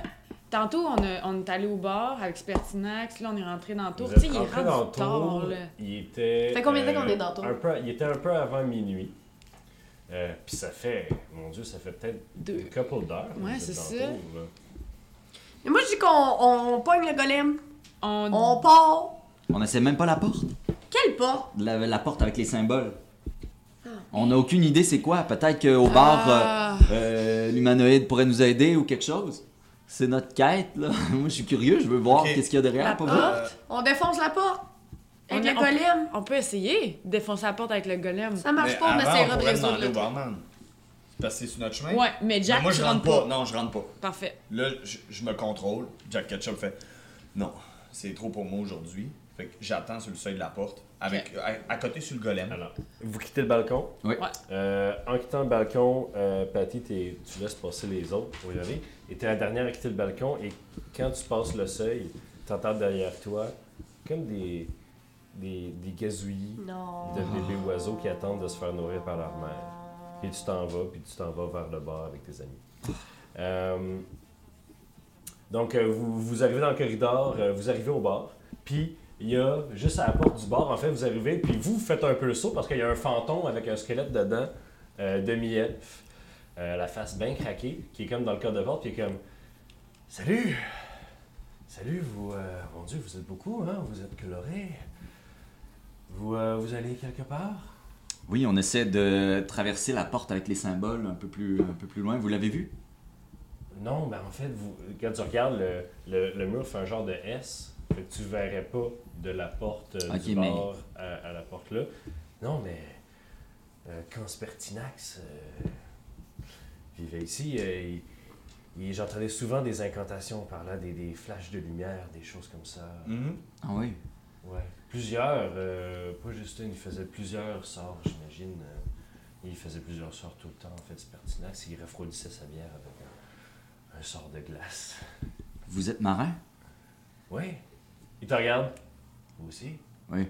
[SPEAKER 5] tantôt, on, a- on est allé au bar avec Spertinax, là, on est rentré dans le tour.
[SPEAKER 1] Vous
[SPEAKER 5] Tu sais,
[SPEAKER 1] êtes
[SPEAKER 5] il est
[SPEAKER 3] hein,
[SPEAKER 1] rentré
[SPEAKER 5] rendu
[SPEAKER 1] dans le
[SPEAKER 5] tard,
[SPEAKER 1] tour,
[SPEAKER 5] là.
[SPEAKER 1] Il était.
[SPEAKER 3] Fait combien de temps
[SPEAKER 1] euh,
[SPEAKER 3] qu'on est dans le tour?
[SPEAKER 1] un peu- Il était un peu avant minuit. Euh, Puis ça fait. Mon Dieu, ça fait peut-être
[SPEAKER 5] Deux.
[SPEAKER 1] une couple d'heures.
[SPEAKER 5] Ouais,
[SPEAKER 1] que vous êtes
[SPEAKER 5] c'est
[SPEAKER 1] dans
[SPEAKER 5] ça.
[SPEAKER 1] le tour, là.
[SPEAKER 3] Et moi, je dis qu'on on pogne le golem,
[SPEAKER 5] On,
[SPEAKER 3] on part.
[SPEAKER 2] On essaie même pas la porte.
[SPEAKER 3] Quel pas?
[SPEAKER 2] La, la porte avec les symboles. On n'a aucune idée c'est quoi. Peut-être qu'au bar,
[SPEAKER 5] Ah.
[SPEAKER 2] euh, euh, l'humanoïde pourrait nous aider ou quelque chose. C'est notre quête, là. Moi, je suis curieux. Je veux voir
[SPEAKER 4] Ok.
[SPEAKER 2] qu'est-ce qu'il y a derrière.
[SPEAKER 5] La
[SPEAKER 2] pour
[SPEAKER 5] porte.
[SPEAKER 2] voir.
[SPEAKER 4] Euh,
[SPEAKER 3] Ah, On défonce la porte avec
[SPEAKER 5] On
[SPEAKER 3] le
[SPEAKER 5] est- on-
[SPEAKER 3] golem.
[SPEAKER 5] on peut essayer de défoncer la porte avec le golem.
[SPEAKER 3] Ça marche
[SPEAKER 4] Mais
[SPEAKER 3] pas, on
[SPEAKER 4] avant,
[SPEAKER 3] essaiera de
[SPEAKER 4] pourrait
[SPEAKER 3] résoudre
[SPEAKER 4] demander
[SPEAKER 3] le
[SPEAKER 4] au
[SPEAKER 3] truc.
[SPEAKER 4] barman. Parce que c'est sur notre chemin.
[SPEAKER 5] Ouais, mais Jack,
[SPEAKER 4] Mais moi,
[SPEAKER 5] tu
[SPEAKER 4] je rentre
[SPEAKER 5] rentres
[SPEAKER 4] pas.
[SPEAKER 5] pas.
[SPEAKER 4] Non, je rentre pas.
[SPEAKER 5] Parfait.
[SPEAKER 4] Là, je, je me contrôle. Jack Ketchup fait Non, c'est trop pour moi aujourd'hui. Fait que j'attends sur le seuil de la porte, avec, à, à côté sur le golem.
[SPEAKER 1] Alors, vous quittez le balcon.
[SPEAKER 2] Oui.
[SPEAKER 5] Ouais.
[SPEAKER 1] Euh, en quittant le balcon, euh, Patty, t'es- tu laisses passer les autres pour y aller. Et t'es la dernière à quitter le balcon. Et quand tu passes le seuil, t'entends derrière toi comme des, des, des gazouillis
[SPEAKER 3] Non.
[SPEAKER 1] de bébés oiseaux qui attendent de se faire nourrir par leur mère. Et tu t'en vas, puis tu t'en vas vers le bar avec tes amis. Euh, donc, euh, vous, vous arrivez dans le corridor, euh, vous arrivez au bar, puis il y a, juste à la porte du bar, en fait, vous arrivez, puis vous faites un peu le saut parce qu'il y a un fantôme avec un squelette dedans, euh, demi-elfe, euh, la face bien craquée, qui est comme dans le corps de porte, puis il est comme Salut! Salut, vous, euh, mon Dieu, vous êtes beaucoup, hein? Vous êtes colorés. Vous, euh, vous allez quelque part?
[SPEAKER 2] Oui, on essaie de traverser la porte avec les symboles un peu plus, un peu plus loin. Vous l'avez vu?
[SPEAKER 1] Non, mais en fait, vous, quand tu regardes, le, le, le mur fait un genre de S. Fait que tu verrais pas de la porte euh, du
[SPEAKER 2] Ok, mais-
[SPEAKER 1] bar à, à la porte là. Non, mais euh, quand Spertinax euh, vivait ici, euh, il- il- j'entendais souvent des incantations par là, des, des flashs de lumière, des choses comme ça.
[SPEAKER 4] Mhm.
[SPEAKER 2] Ah oui.
[SPEAKER 1] Ouais. Plusieurs, euh, pas juste une, il faisait plusieurs sorts, j'imagine. Euh, il faisait plusieurs sorts tout le temps, en fait, Spertinax. Il refroidissait sa bière avec un- un sort de glace.
[SPEAKER 2] Vous êtes marin?
[SPEAKER 1] Ouais. Il te regarde. Vous aussi?
[SPEAKER 2] Oui.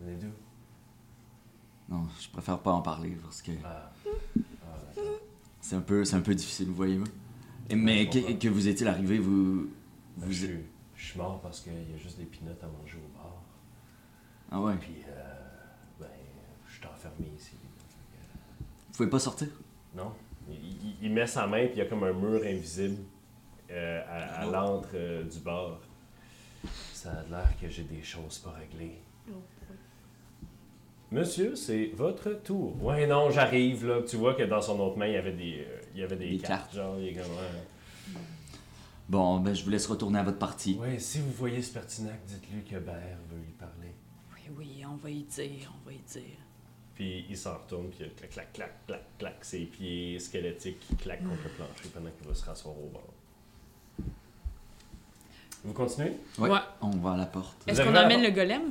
[SPEAKER 1] Vous êtes d'où?
[SPEAKER 2] Non, je préfère pas en parler parce que euh,
[SPEAKER 1] Ah. Ah,
[SPEAKER 2] c'est un peu, c'est un peu difficile, vous voyez. moi. Et- Mais
[SPEAKER 1] je comprends.
[SPEAKER 2] que, que vous est-il arrivé? Vous,
[SPEAKER 1] ben,
[SPEAKER 2] vous
[SPEAKER 1] je, suis- je suis mort parce qu'il y a juste des pinottes à manger au bar.
[SPEAKER 2] ah ouais.
[SPEAKER 1] Puis, euh, ben, je suis enfermé ici.
[SPEAKER 2] Vous pouvez pas sortir?
[SPEAKER 1] Non? Il, il- il met sa main, puis il y a comme un mur invisible euh, à, à l'entre euh, du bar. Ça a l'air que j'ai des choses pas réglées. Monsieur, c'est votre tour. Ouais, non, j'arrive, là. Tu vois que dans son autre main, il y avait des, euh, il y avait des,
[SPEAKER 2] Des
[SPEAKER 1] cartes. Genre, il est comme... ouais.
[SPEAKER 2] Bon, ben je vous laisse retourner à votre partie.
[SPEAKER 1] Ouais, si vous voyez Spertinac, dites-lui que Bert veut lui parler.
[SPEAKER 5] Oui, oui, on va y dire, on va y dire.
[SPEAKER 1] Puis il s'en retourne, puis il y a clac, clac, clac, clac, clac, ses pieds squelettiques qui claquent contre le plancher pendant qu'il va se rasseoir au bord. Vous continuez?
[SPEAKER 2] Ouais.
[SPEAKER 5] Ouais.
[SPEAKER 2] On va à la porte.
[SPEAKER 5] Est-ce
[SPEAKER 1] avez
[SPEAKER 5] qu'on
[SPEAKER 1] la
[SPEAKER 5] amène
[SPEAKER 1] porte?
[SPEAKER 5] le golem?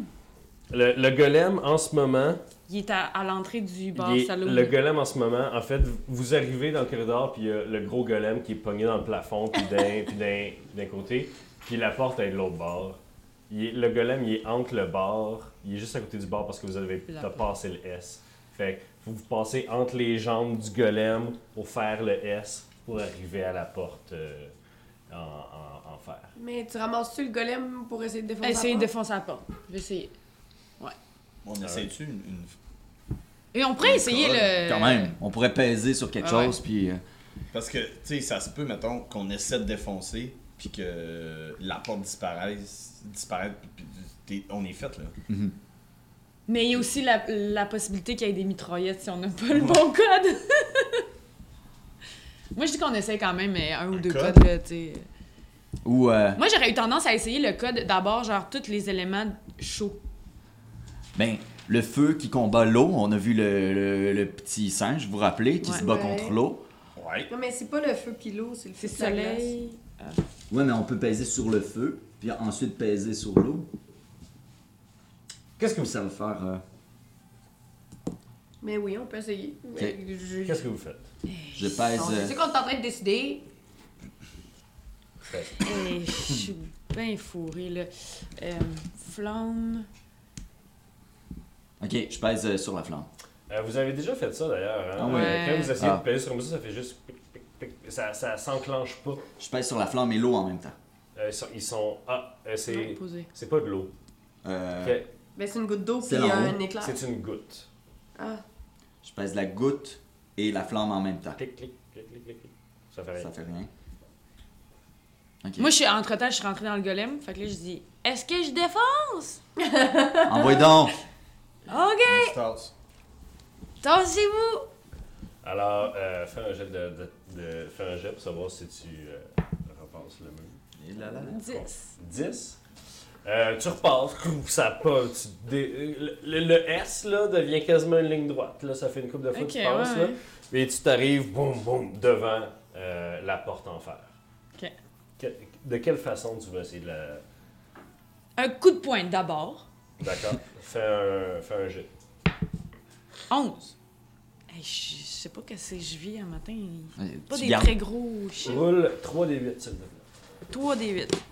[SPEAKER 1] Le, le golem, en ce moment,
[SPEAKER 5] Il est à, à l'entrée du bar
[SPEAKER 1] il est-
[SPEAKER 5] salon.
[SPEAKER 1] le golem, en ce moment, en fait, vous arrivez dans le corridor, puis il y a le gros golem qui est pogné dans le plafond, puis d'un, puis d'un, d'un côté, puis la porte est de l'autre bord. Il est- le golem, il est entre le bar, il est juste à côté du bar parce que vous avez
[SPEAKER 5] La
[SPEAKER 1] t'as
[SPEAKER 5] porte.
[SPEAKER 1] passé le S. Fait que vous vous passez entre les jambes du golem pour faire le S, pour arriver à la porte euh, en, en- en fer.
[SPEAKER 3] Mais tu ramasses-tu le golem pour essayer de défoncer
[SPEAKER 5] Essayez
[SPEAKER 3] la
[SPEAKER 5] de
[SPEAKER 3] porte?
[SPEAKER 5] défoncer la porte. Je vais essayer.
[SPEAKER 7] On essaie-tu une, une-
[SPEAKER 5] Et on pourrait essayer le.
[SPEAKER 2] Quand même, on pourrait peser sur quelque
[SPEAKER 5] Euh, Ouais,
[SPEAKER 2] chose, puis euh,
[SPEAKER 7] Parce que, tu sais, ça se peut, mettons, qu'on essaie de défoncer, puis que la porte disparaisse, disparaisse, puis t'es- on est fait, là.
[SPEAKER 5] Mais il y a aussi la, la possibilité qu'il y ait des mitraillettes si on n'a pas le bon code. Moi, je dis qu'on essaie quand même euh, un ou deux codes, là, tu sais.
[SPEAKER 2] Ou. euh,
[SPEAKER 5] Moi, j'aurais eu tendance à essayer le code d'abord, genre tous les éléments chauds.
[SPEAKER 2] Ben, le feu qui combat l'eau, on a vu le, le- le petit singe, vous vous rappelez, qui
[SPEAKER 5] Ouais.
[SPEAKER 2] se bat
[SPEAKER 3] Ouais.
[SPEAKER 2] contre l'eau.
[SPEAKER 7] Ouais.
[SPEAKER 3] Non, mais c'est pas le feu pis l'eau, c'est le feu
[SPEAKER 5] C'est
[SPEAKER 3] pis la glace.
[SPEAKER 5] soleil.
[SPEAKER 2] Ouais, mais on peut peser sur le feu, puis ensuite peser sur l'eau. Qu'est-ce que vous savez faire? euh?
[SPEAKER 3] Mais oui, on peut essayer. Mais je-
[SPEAKER 1] Qu'est-ce que vous faites?
[SPEAKER 2] Je pèse.
[SPEAKER 3] On
[SPEAKER 2] euh,
[SPEAKER 3] sait qu'on est en train de décider.
[SPEAKER 5] Eh, je suis bien fourrée, là. Euh, flamme.
[SPEAKER 2] Ok, je pèse euh, sur la flamme.
[SPEAKER 1] Euh, vous avez déjà fait ça d'ailleurs. hein?
[SPEAKER 2] Ah ouais.
[SPEAKER 1] Euh, Quand vous essayez
[SPEAKER 2] Ah.
[SPEAKER 1] de payer sur comme ça, ça fait juste. pic, pic, pic, pic. Ça, ça s'enclenche pas.
[SPEAKER 2] Je pèse sur la flamme et l'eau en même temps.
[SPEAKER 1] Euh, ils, sont, ils sont- Ah, euh,
[SPEAKER 5] Non,
[SPEAKER 1] c'est.
[SPEAKER 5] posé.
[SPEAKER 1] C'est pas de l'eau.
[SPEAKER 2] Euh,
[SPEAKER 1] Ok,
[SPEAKER 3] Ben, c'est une goutte d'eau pis
[SPEAKER 2] C'est long.
[SPEAKER 3] un éclair.
[SPEAKER 1] C'est une goutte.
[SPEAKER 3] Ah,
[SPEAKER 2] Je pèse la goutte et la flamme en même temps.
[SPEAKER 1] Clic, clic, clic, clic, clic. clic. Ça fait rien.
[SPEAKER 2] Ça fait rien. Ok.
[SPEAKER 5] Moi, je suis, entre-temps, je suis rentrée dans le golem. Fait que là, je dis, est-ce que je défonce?
[SPEAKER 2] Envoie donc!
[SPEAKER 5] OK,
[SPEAKER 4] Tu tasses.
[SPEAKER 5] tassez-vous!
[SPEAKER 1] Alors, euh, fais un jet de, de- de- Fais un jet pour savoir si tu euh, repasses le mur.
[SPEAKER 2] Et là, là, là.
[SPEAKER 5] 10.
[SPEAKER 1] 10. Euh, tu repasses, crou, ça pas. tu dé- le, le- le S là, devient quasiment une ligne droite. Là, ça fait une coupe de fois
[SPEAKER 5] Ok,
[SPEAKER 1] que tu passes.
[SPEAKER 5] ouais.
[SPEAKER 1] Là, et tu t'arrives, boum, boum, devant euh, la porte en fer.
[SPEAKER 5] Ok.
[SPEAKER 1] Que- de quelle façon tu vas essayer de la.
[SPEAKER 5] Un coup de poing d'abord.
[SPEAKER 1] D'accord. fais, un, fais un jet.
[SPEAKER 5] 11. Hey, je je sais pas qu'est-ce que je vis un matin.
[SPEAKER 2] Ouais,
[SPEAKER 5] Pas
[SPEAKER 2] tu
[SPEAKER 5] des
[SPEAKER 2] gardes-
[SPEAKER 5] très gros chiffres.
[SPEAKER 1] Roule 3 des 8, s'il te plaît.
[SPEAKER 5] 3 des 8.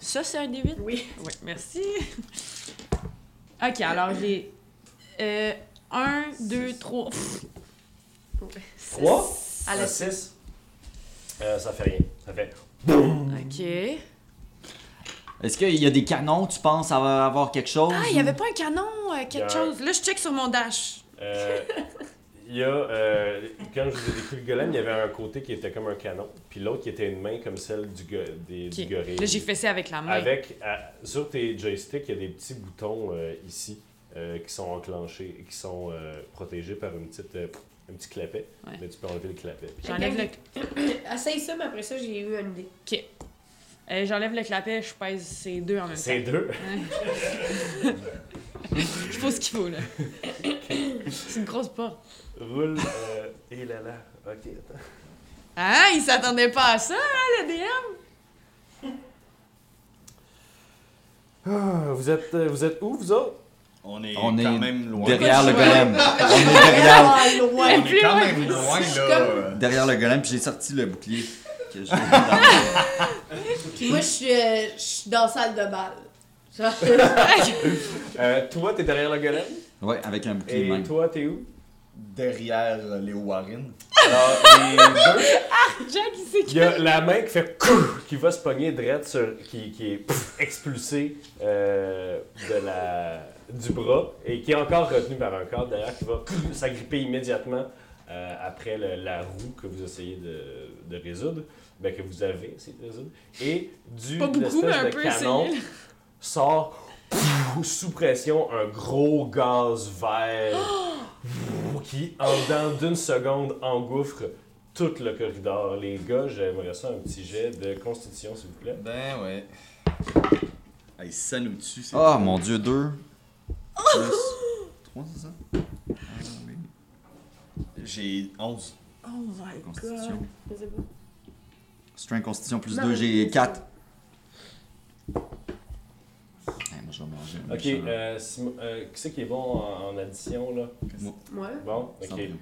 [SPEAKER 5] Ça, c'est un des 8?
[SPEAKER 3] oui.
[SPEAKER 5] Oui, merci. OK, alors j'ai. euh, 1, 2, 3.
[SPEAKER 1] Trois?
[SPEAKER 3] À la
[SPEAKER 1] Un 6. Euh, ça fait rien. Ça fait.
[SPEAKER 5] OK. Ah,
[SPEAKER 2] Est-ce qu'il y a des canons, tu penses, ça va avoir quelque chose?
[SPEAKER 5] Ah, il n'y avait pas un canon, euh, quelque
[SPEAKER 1] Y'a-
[SPEAKER 5] chose. Là, je check sur mon dash.
[SPEAKER 1] Euh, Il y a, euh, quand je vous ai décrit le golem, il y avait un côté qui était comme un canon, puis l'autre qui était une main comme celle du, go- des,
[SPEAKER 5] OK.
[SPEAKER 1] du gorille.
[SPEAKER 5] Là, j'ai fait ça avec la main.
[SPEAKER 1] Avec, à- sur tes joysticks, il y a des petits boutons euh, ici euh, qui sont enclenchés, et qui sont euh, protégés par une petite, euh, un petit clapet.
[SPEAKER 5] Ouais.
[SPEAKER 1] Mais tu peux enlever le clapet.
[SPEAKER 5] J'enlève le,
[SPEAKER 3] Essaye ça, mais après ça, j'ai eu une idée.
[SPEAKER 5] euh, j'enlève le clapet, je pèse ces deux en même
[SPEAKER 1] C'est
[SPEAKER 5] temps.
[SPEAKER 1] deux.
[SPEAKER 5] Je pose ce qu'il faut, là. c'est une grosse porte.
[SPEAKER 1] Roule. Euh, et là là. Ok, attends.
[SPEAKER 5] Ah, il s'attendait pas à ça, hein, le DM?
[SPEAKER 1] Ah, vous, êtes, euh, vous êtes où, vous autres?
[SPEAKER 7] On est
[SPEAKER 2] On
[SPEAKER 7] quand
[SPEAKER 2] est
[SPEAKER 7] même loin.
[SPEAKER 2] derrière le
[SPEAKER 5] Ouais.
[SPEAKER 2] golem. On est
[SPEAKER 7] On
[SPEAKER 2] derrière,
[SPEAKER 3] loin.
[SPEAKER 7] est quand même loin,
[SPEAKER 3] Je suis
[SPEAKER 7] là.
[SPEAKER 3] comme-
[SPEAKER 7] euh,
[SPEAKER 2] derrière le golem, puis j'ai sorti le bouclier. Que j'ai dans-
[SPEAKER 3] Puis moi, je suis, euh, je suis dans la salle de bal. Genre,
[SPEAKER 1] Euh, toi, t'es derrière le golem.
[SPEAKER 2] ouais, avec un bouclier de
[SPEAKER 1] Et
[SPEAKER 2] même.
[SPEAKER 1] toi, t'es où?
[SPEAKER 7] Derrière euh, les Warren.
[SPEAKER 1] Alors, les deux.
[SPEAKER 5] Jack, il sait
[SPEAKER 1] Il y a la main qui fait couf, qui va se pogner drette sur qui, qui est pff, expulsée euh, de la du bras et qui est encore retenue par un corps d'ailleurs qui va couf, s'agripper immédiatement euh, après le- la roue que vous essayez de, de résoudre, ben, que vous avez essayé de résoudre et du
[SPEAKER 5] Pas beaucoup,
[SPEAKER 1] espèce
[SPEAKER 5] mais un
[SPEAKER 1] de
[SPEAKER 5] peu
[SPEAKER 1] canon
[SPEAKER 5] essayé.
[SPEAKER 1] sort pff, sous pression un gros gaz vert Oh pff, qui en dedans d'une seconde engouffre tout le corridor. Les gars, j'aimerais ça un petit jet de constitution, s'il vous plaît.
[SPEAKER 4] Ben ouais.
[SPEAKER 7] Hey, ça nous tue. c'est-
[SPEAKER 2] Oh mon dieu, deux. Plus. Trois, c'est ça?
[SPEAKER 7] J'ai 11.
[SPEAKER 5] Oh my god.
[SPEAKER 2] Constitution.
[SPEAKER 3] je sais pas.
[SPEAKER 2] Strength Constitution plus
[SPEAKER 3] Non,
[SPEAKER 2] 2,
[SPEAKER 3] mais-
[SPEAKER 2] j'ai 4. Eh, moi, je vais manger.
[SPEAKER 1] Ok, euh, Simon- euh, qui c'est qui est bon en, en addition, là?
[SPEAKER 3] Moi?
[SPEAKER 1] Bon, ok.
[SPEAKER 2] Sandrine.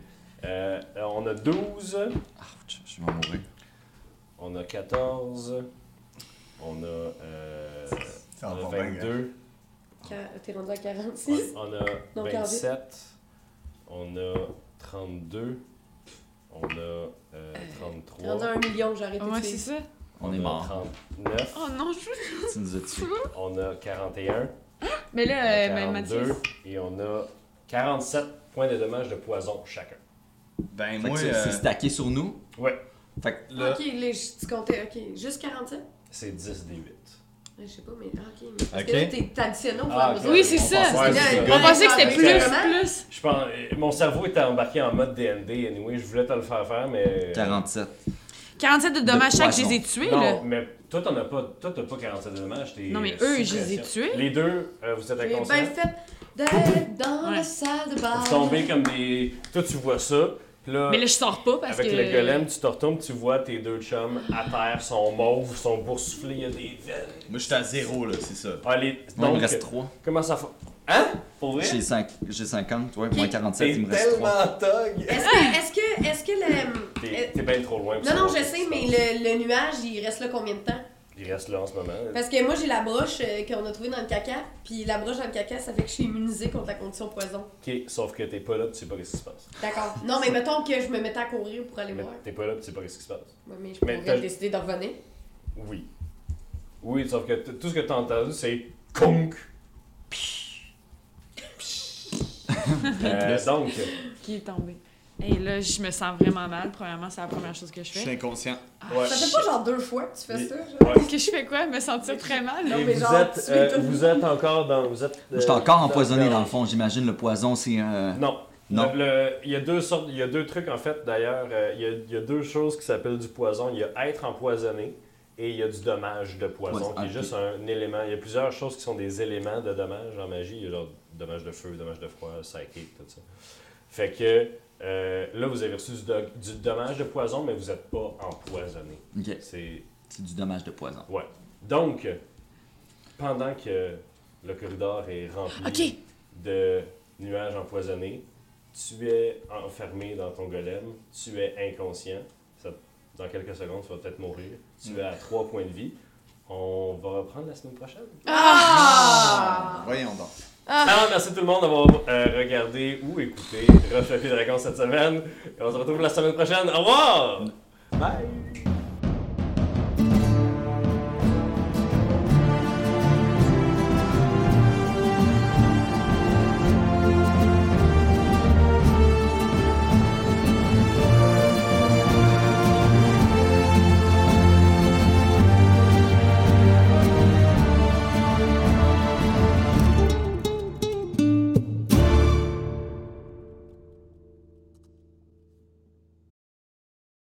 [SPEAKER 1] Euh, on a 12,
[SPEAKER 2] Ouch, je vais mourir.
[SPEAKER 1] on a 14, on a, euh,
[SPEAKER 4] Ça
[SPEAKER 1] on a
[SPEAKER 4] va pas bien, hein.
[SPEAKER 1] 22,
[SPEAKER 3] Quar- T'es rendu à 46?
[SPEAKER 1] on, on a
[SPEAKER 3] Non,
[SPEAKER 1] 27, on a 32, on a euh,
[SPEAKER 3] T'es rendu à
[SPEAKER 1] 33,
[SPEAKER 3] 1 million, j'arrête
[SPEAKER 5] Ouais,
[SPEAKER 3] de
[SPEAKER 5] c'est
[SPEAKER 3] suivre.
[SPEAKER 5] ça.
[SPEAKER 2] On est
[SPEAKER 1] a
[SPEAKER 2] mort.
[SPEAKER 1] 39,
[SPEAKER 5] Oh non, je
[SPEAKER 2] Tu nous as tués.
[SPEAKER 1] on a 41,
[SPEAKER 5] Mais
[SPEAKER 1] On a
[SPEAKER 5] là, euh, ben,
[SPEAKER 1] 42
[SPEAKER 5] Mathieu.
[SPEAKER 1] et on a 47 points de dommages de poison chacun.
[SPEAKER 7] Ben
[SPEAKER 2] Fait que
[SPEAKER 7] moi,
[SPEAKER 2] c'est-
[SPEAKER 7] euh,
[SPEAKER 2] c'est stacké sur nous.
[SPEAKER 1] Ouais. Euh,
[SPEAKER 2] Fait que
[SPEAKER 7] là,
[SPEAKER 3] Ok, les- tu comptais, ok. Juste 47?
[SPEAKER 1] C'est 10 des 8.
[SPEAKER 3] Je sais pas, mais. ah, Ok, mais. Parce
[SPEAKER 4] Ok.
[SPEAKER 3] que là, t'es additionné au fur et
[SPEAKER 1] Ah,
[SPEAKER 3] à
[SPEAKER 1] ok.
[SPEAKER 3] mesure.
[SPEAKER 5] Oui, c'est ça.
[SPEAKER 1] Ouais,
[SPEAKER 3] Là,
[SPEAKER 1] c'est
[SPEAKER 3] le
[SPEAKER 1] ça.
[SPEAKER 5] On pensait que c'était
[SPEAKER 1] Ouais.
[SPEAKER 5] plus,
[SPEAKER 1] Exactement.
[SPEAKER 5] plus.
[SPEAKER 1] Je pense, euh, mon cerveau était embarqué en mode DND, anyway, je voulais te le faire faire, mais...
[SPEAKER 2] 47.
[SPEAKER 5] 47 de dommages
[SPEAKER 2] De
[SPEAKER 5] chaque, je
[SPEAKER 2] poison.
[SPEAKER 5] les ai tués, là.
[SPEAKER 1] Non, mais toi, t'en as pas, toi, t'as pas 47 de dommages, t'es...
[SPEAKER 5] Non, mais
[SPEAKER 1] euh,
[SPEAKER 5] eux,
[SPEAKER 1] sous
[SPEAKER 5] je les ai
[SPEAKER 1] pression.
[SPEAKER 5] tués. Eh ben,
[SPEAKER 1] Les deux, euh, vous êtes
[SPEAKER 3] J'ai bien
[SPEAKER 1] inconscients.
[SPEAKER 3] fait d'être dans la
[SPEAKER 5] Ouais.
[SPEAKER 3] salle de bar.
[SPEAKER 1] Vous tombez comme des... Toi, tu vois ça, puis là...
[SPEAKER 5] Mais là, je sors pas parce
[SPEAKER 1] Avec
[SPEAKER 5] que.
[SPEAKER 1] le golem, tu te retournes, tu vois tes deux chums à terre, sont mauves, sont boursouflés, il y a des veines.
[SPEAKER 7] Moi, j'étais à zéro, là, c'est ça.
[SPEAKER 1] Ah, les-
[SPEAKER 2] Moi, il me
[SPEAKER 1] Donc, euh,
[SPEAKER 2] reste 3.
[SPEAKER 1] comment ça fait? Hein? Pour vrai?
[SPEAKER 2] J'ai cinq- j'ai 50, ouais, moins
[SPEAKER 3] Qui-
[SPEAKER 2] 47,
[SPEAKER 1] T'es
[SPEAKER 2] il me reste 3.
[SPEAKER 1] tellement tog!
[SPEAKER 3] Est-ce que. Est-ce que. Est-ce que
[SPEAKER 1] T'es
[SPEAKER 3] le.
[SPEAKER 1] t'es bien trop loin. pour
[SPEAKER 3] Non,
[SPEAKER 1] savoir
[SPEAKER 3] non, je
[SPEAKER 1] ce qui
[SPEAKER 3] sais,
[SPEAKER 1] se
[SPEAKER 3] mais
[SPEAKER 1] passe.
[SPEAKER 3] le, le nuage, il reste là combien de temps?
[SPEAKER 1] Il reste là en ce moment.
[SPEAKER 3] Parce que moi, j'ai la broche euh, qu'on a trouvée dans le caca, puis la broche dans le caca, ça fait que je suis immunisée contre la condition poison.
[SPEAKER 1] Ok, sauf que t'es pas là, tu sais pas ce qui se passe.
[SPEAKER 3] D'accord. Non, mais mettons que je me mettais à courir pour aller
[SPEAKER 1] Mais
[SPEAKER 3] voir.
[SPEAKER 1] t'es pas là, tu sais pas ce qui se passe.
[SPEAKER 3] Ouais, mais je
[SPEAKER 1] Mais
[SPEAKER 3] pourrais
[SPEAKER 1] t'as-
[SPEAKER 3] décider d'en revenir.
[SPEAKER 1] Oui. Oui, sauf que t- tout ce que t'as entendu, c'est conk. Euh, donc,
[SPEAKER 5] Qui est tombé. Et là, je me sens vraiment mal. Premièrement, c'est la première chose que je
[SPEAKER 4] Je suis
[SPEAKER 5] fais.
[SPEAKER 4] inconscient.
[SPEAKER 1] ouais.
[SPEAKER 3] Ah, Ça fait pas genre deux fois que tu fais
[SPEAKER 1] Mais-
[SPEAKER 3] ça, genre?
[SPEAKER 1] Ouais.
[SPEAKER 5] Que je fais quoi? Me sentir très mal?
[SPEAKER 3] Non,
[SPEAKER 1] Et
[SPEAKER 3] mais
[SPEAKER 1] vous,
[SPEAKER 3] genre, tu
[SPEAKER 1] êtes,
[SPEAKER 3] fais
[SPEAKER 1] euh,
[SPEAKER 3] tout.
[SPEAKER 1] vous êtes encore dans. Vous êtes,
[SPEAKER 2] J'étais encore
[SPEAKER 1] euh,
[SPEAKER 2] empoisonné dans le fond, j'imagine le poison c'est euh,
[SPEAKER 1] Non.
[SPEAKER 2] Non.
[SPEAKER 1] Le- le- Il y a deux sortes, il y a deux trucs en fait d'ailleurs. euh, Il y a- il y, a deux choses qui s'appellent du poison. Il y a être empoisonné et il y a du dommage de poison,
[SPEAKER 2] Poison,
[SPEAKER 1] qui est
[SPEAKER 2] ok.
[SPEAKER 1] juste un élément. Il y a plusieurs choses qui sont des éléments de dommage en magie. Il y a genre dommage de feu, dommage de froid, psychic, tout ça. Fait que euh, là, vous avez reçu du, do- du dommage de poison, mais vous n'êtes pas empoisonné.
[SPEAKER 2] ok,
[SPEAKER 1] C'est.
[SPEAKER 2] c'est du dommage de poison.
[SPEAKER 1] Ouais. Donc, pendant que le corridor est rempli
[SPEAKER 5] Ok.
[SPEAKER 1] de nuages empoisonnés, tu es enfermé dans ton golem, tu es inconscient. Ça- dans quelques secondes, tu vas peut-être mourir. Tu es à trois points de vie. On va reprendre la semaine prochaine.
[SPEAKER 4] Voyons donc.
[SPEAKER 1] Alors, Ah, merci tout le monde d'avoir euh, regardé ou écouté Rush Papier Dragon cette semaine. Et on se retrouve la semaine prochaine. Au revoir! Bye!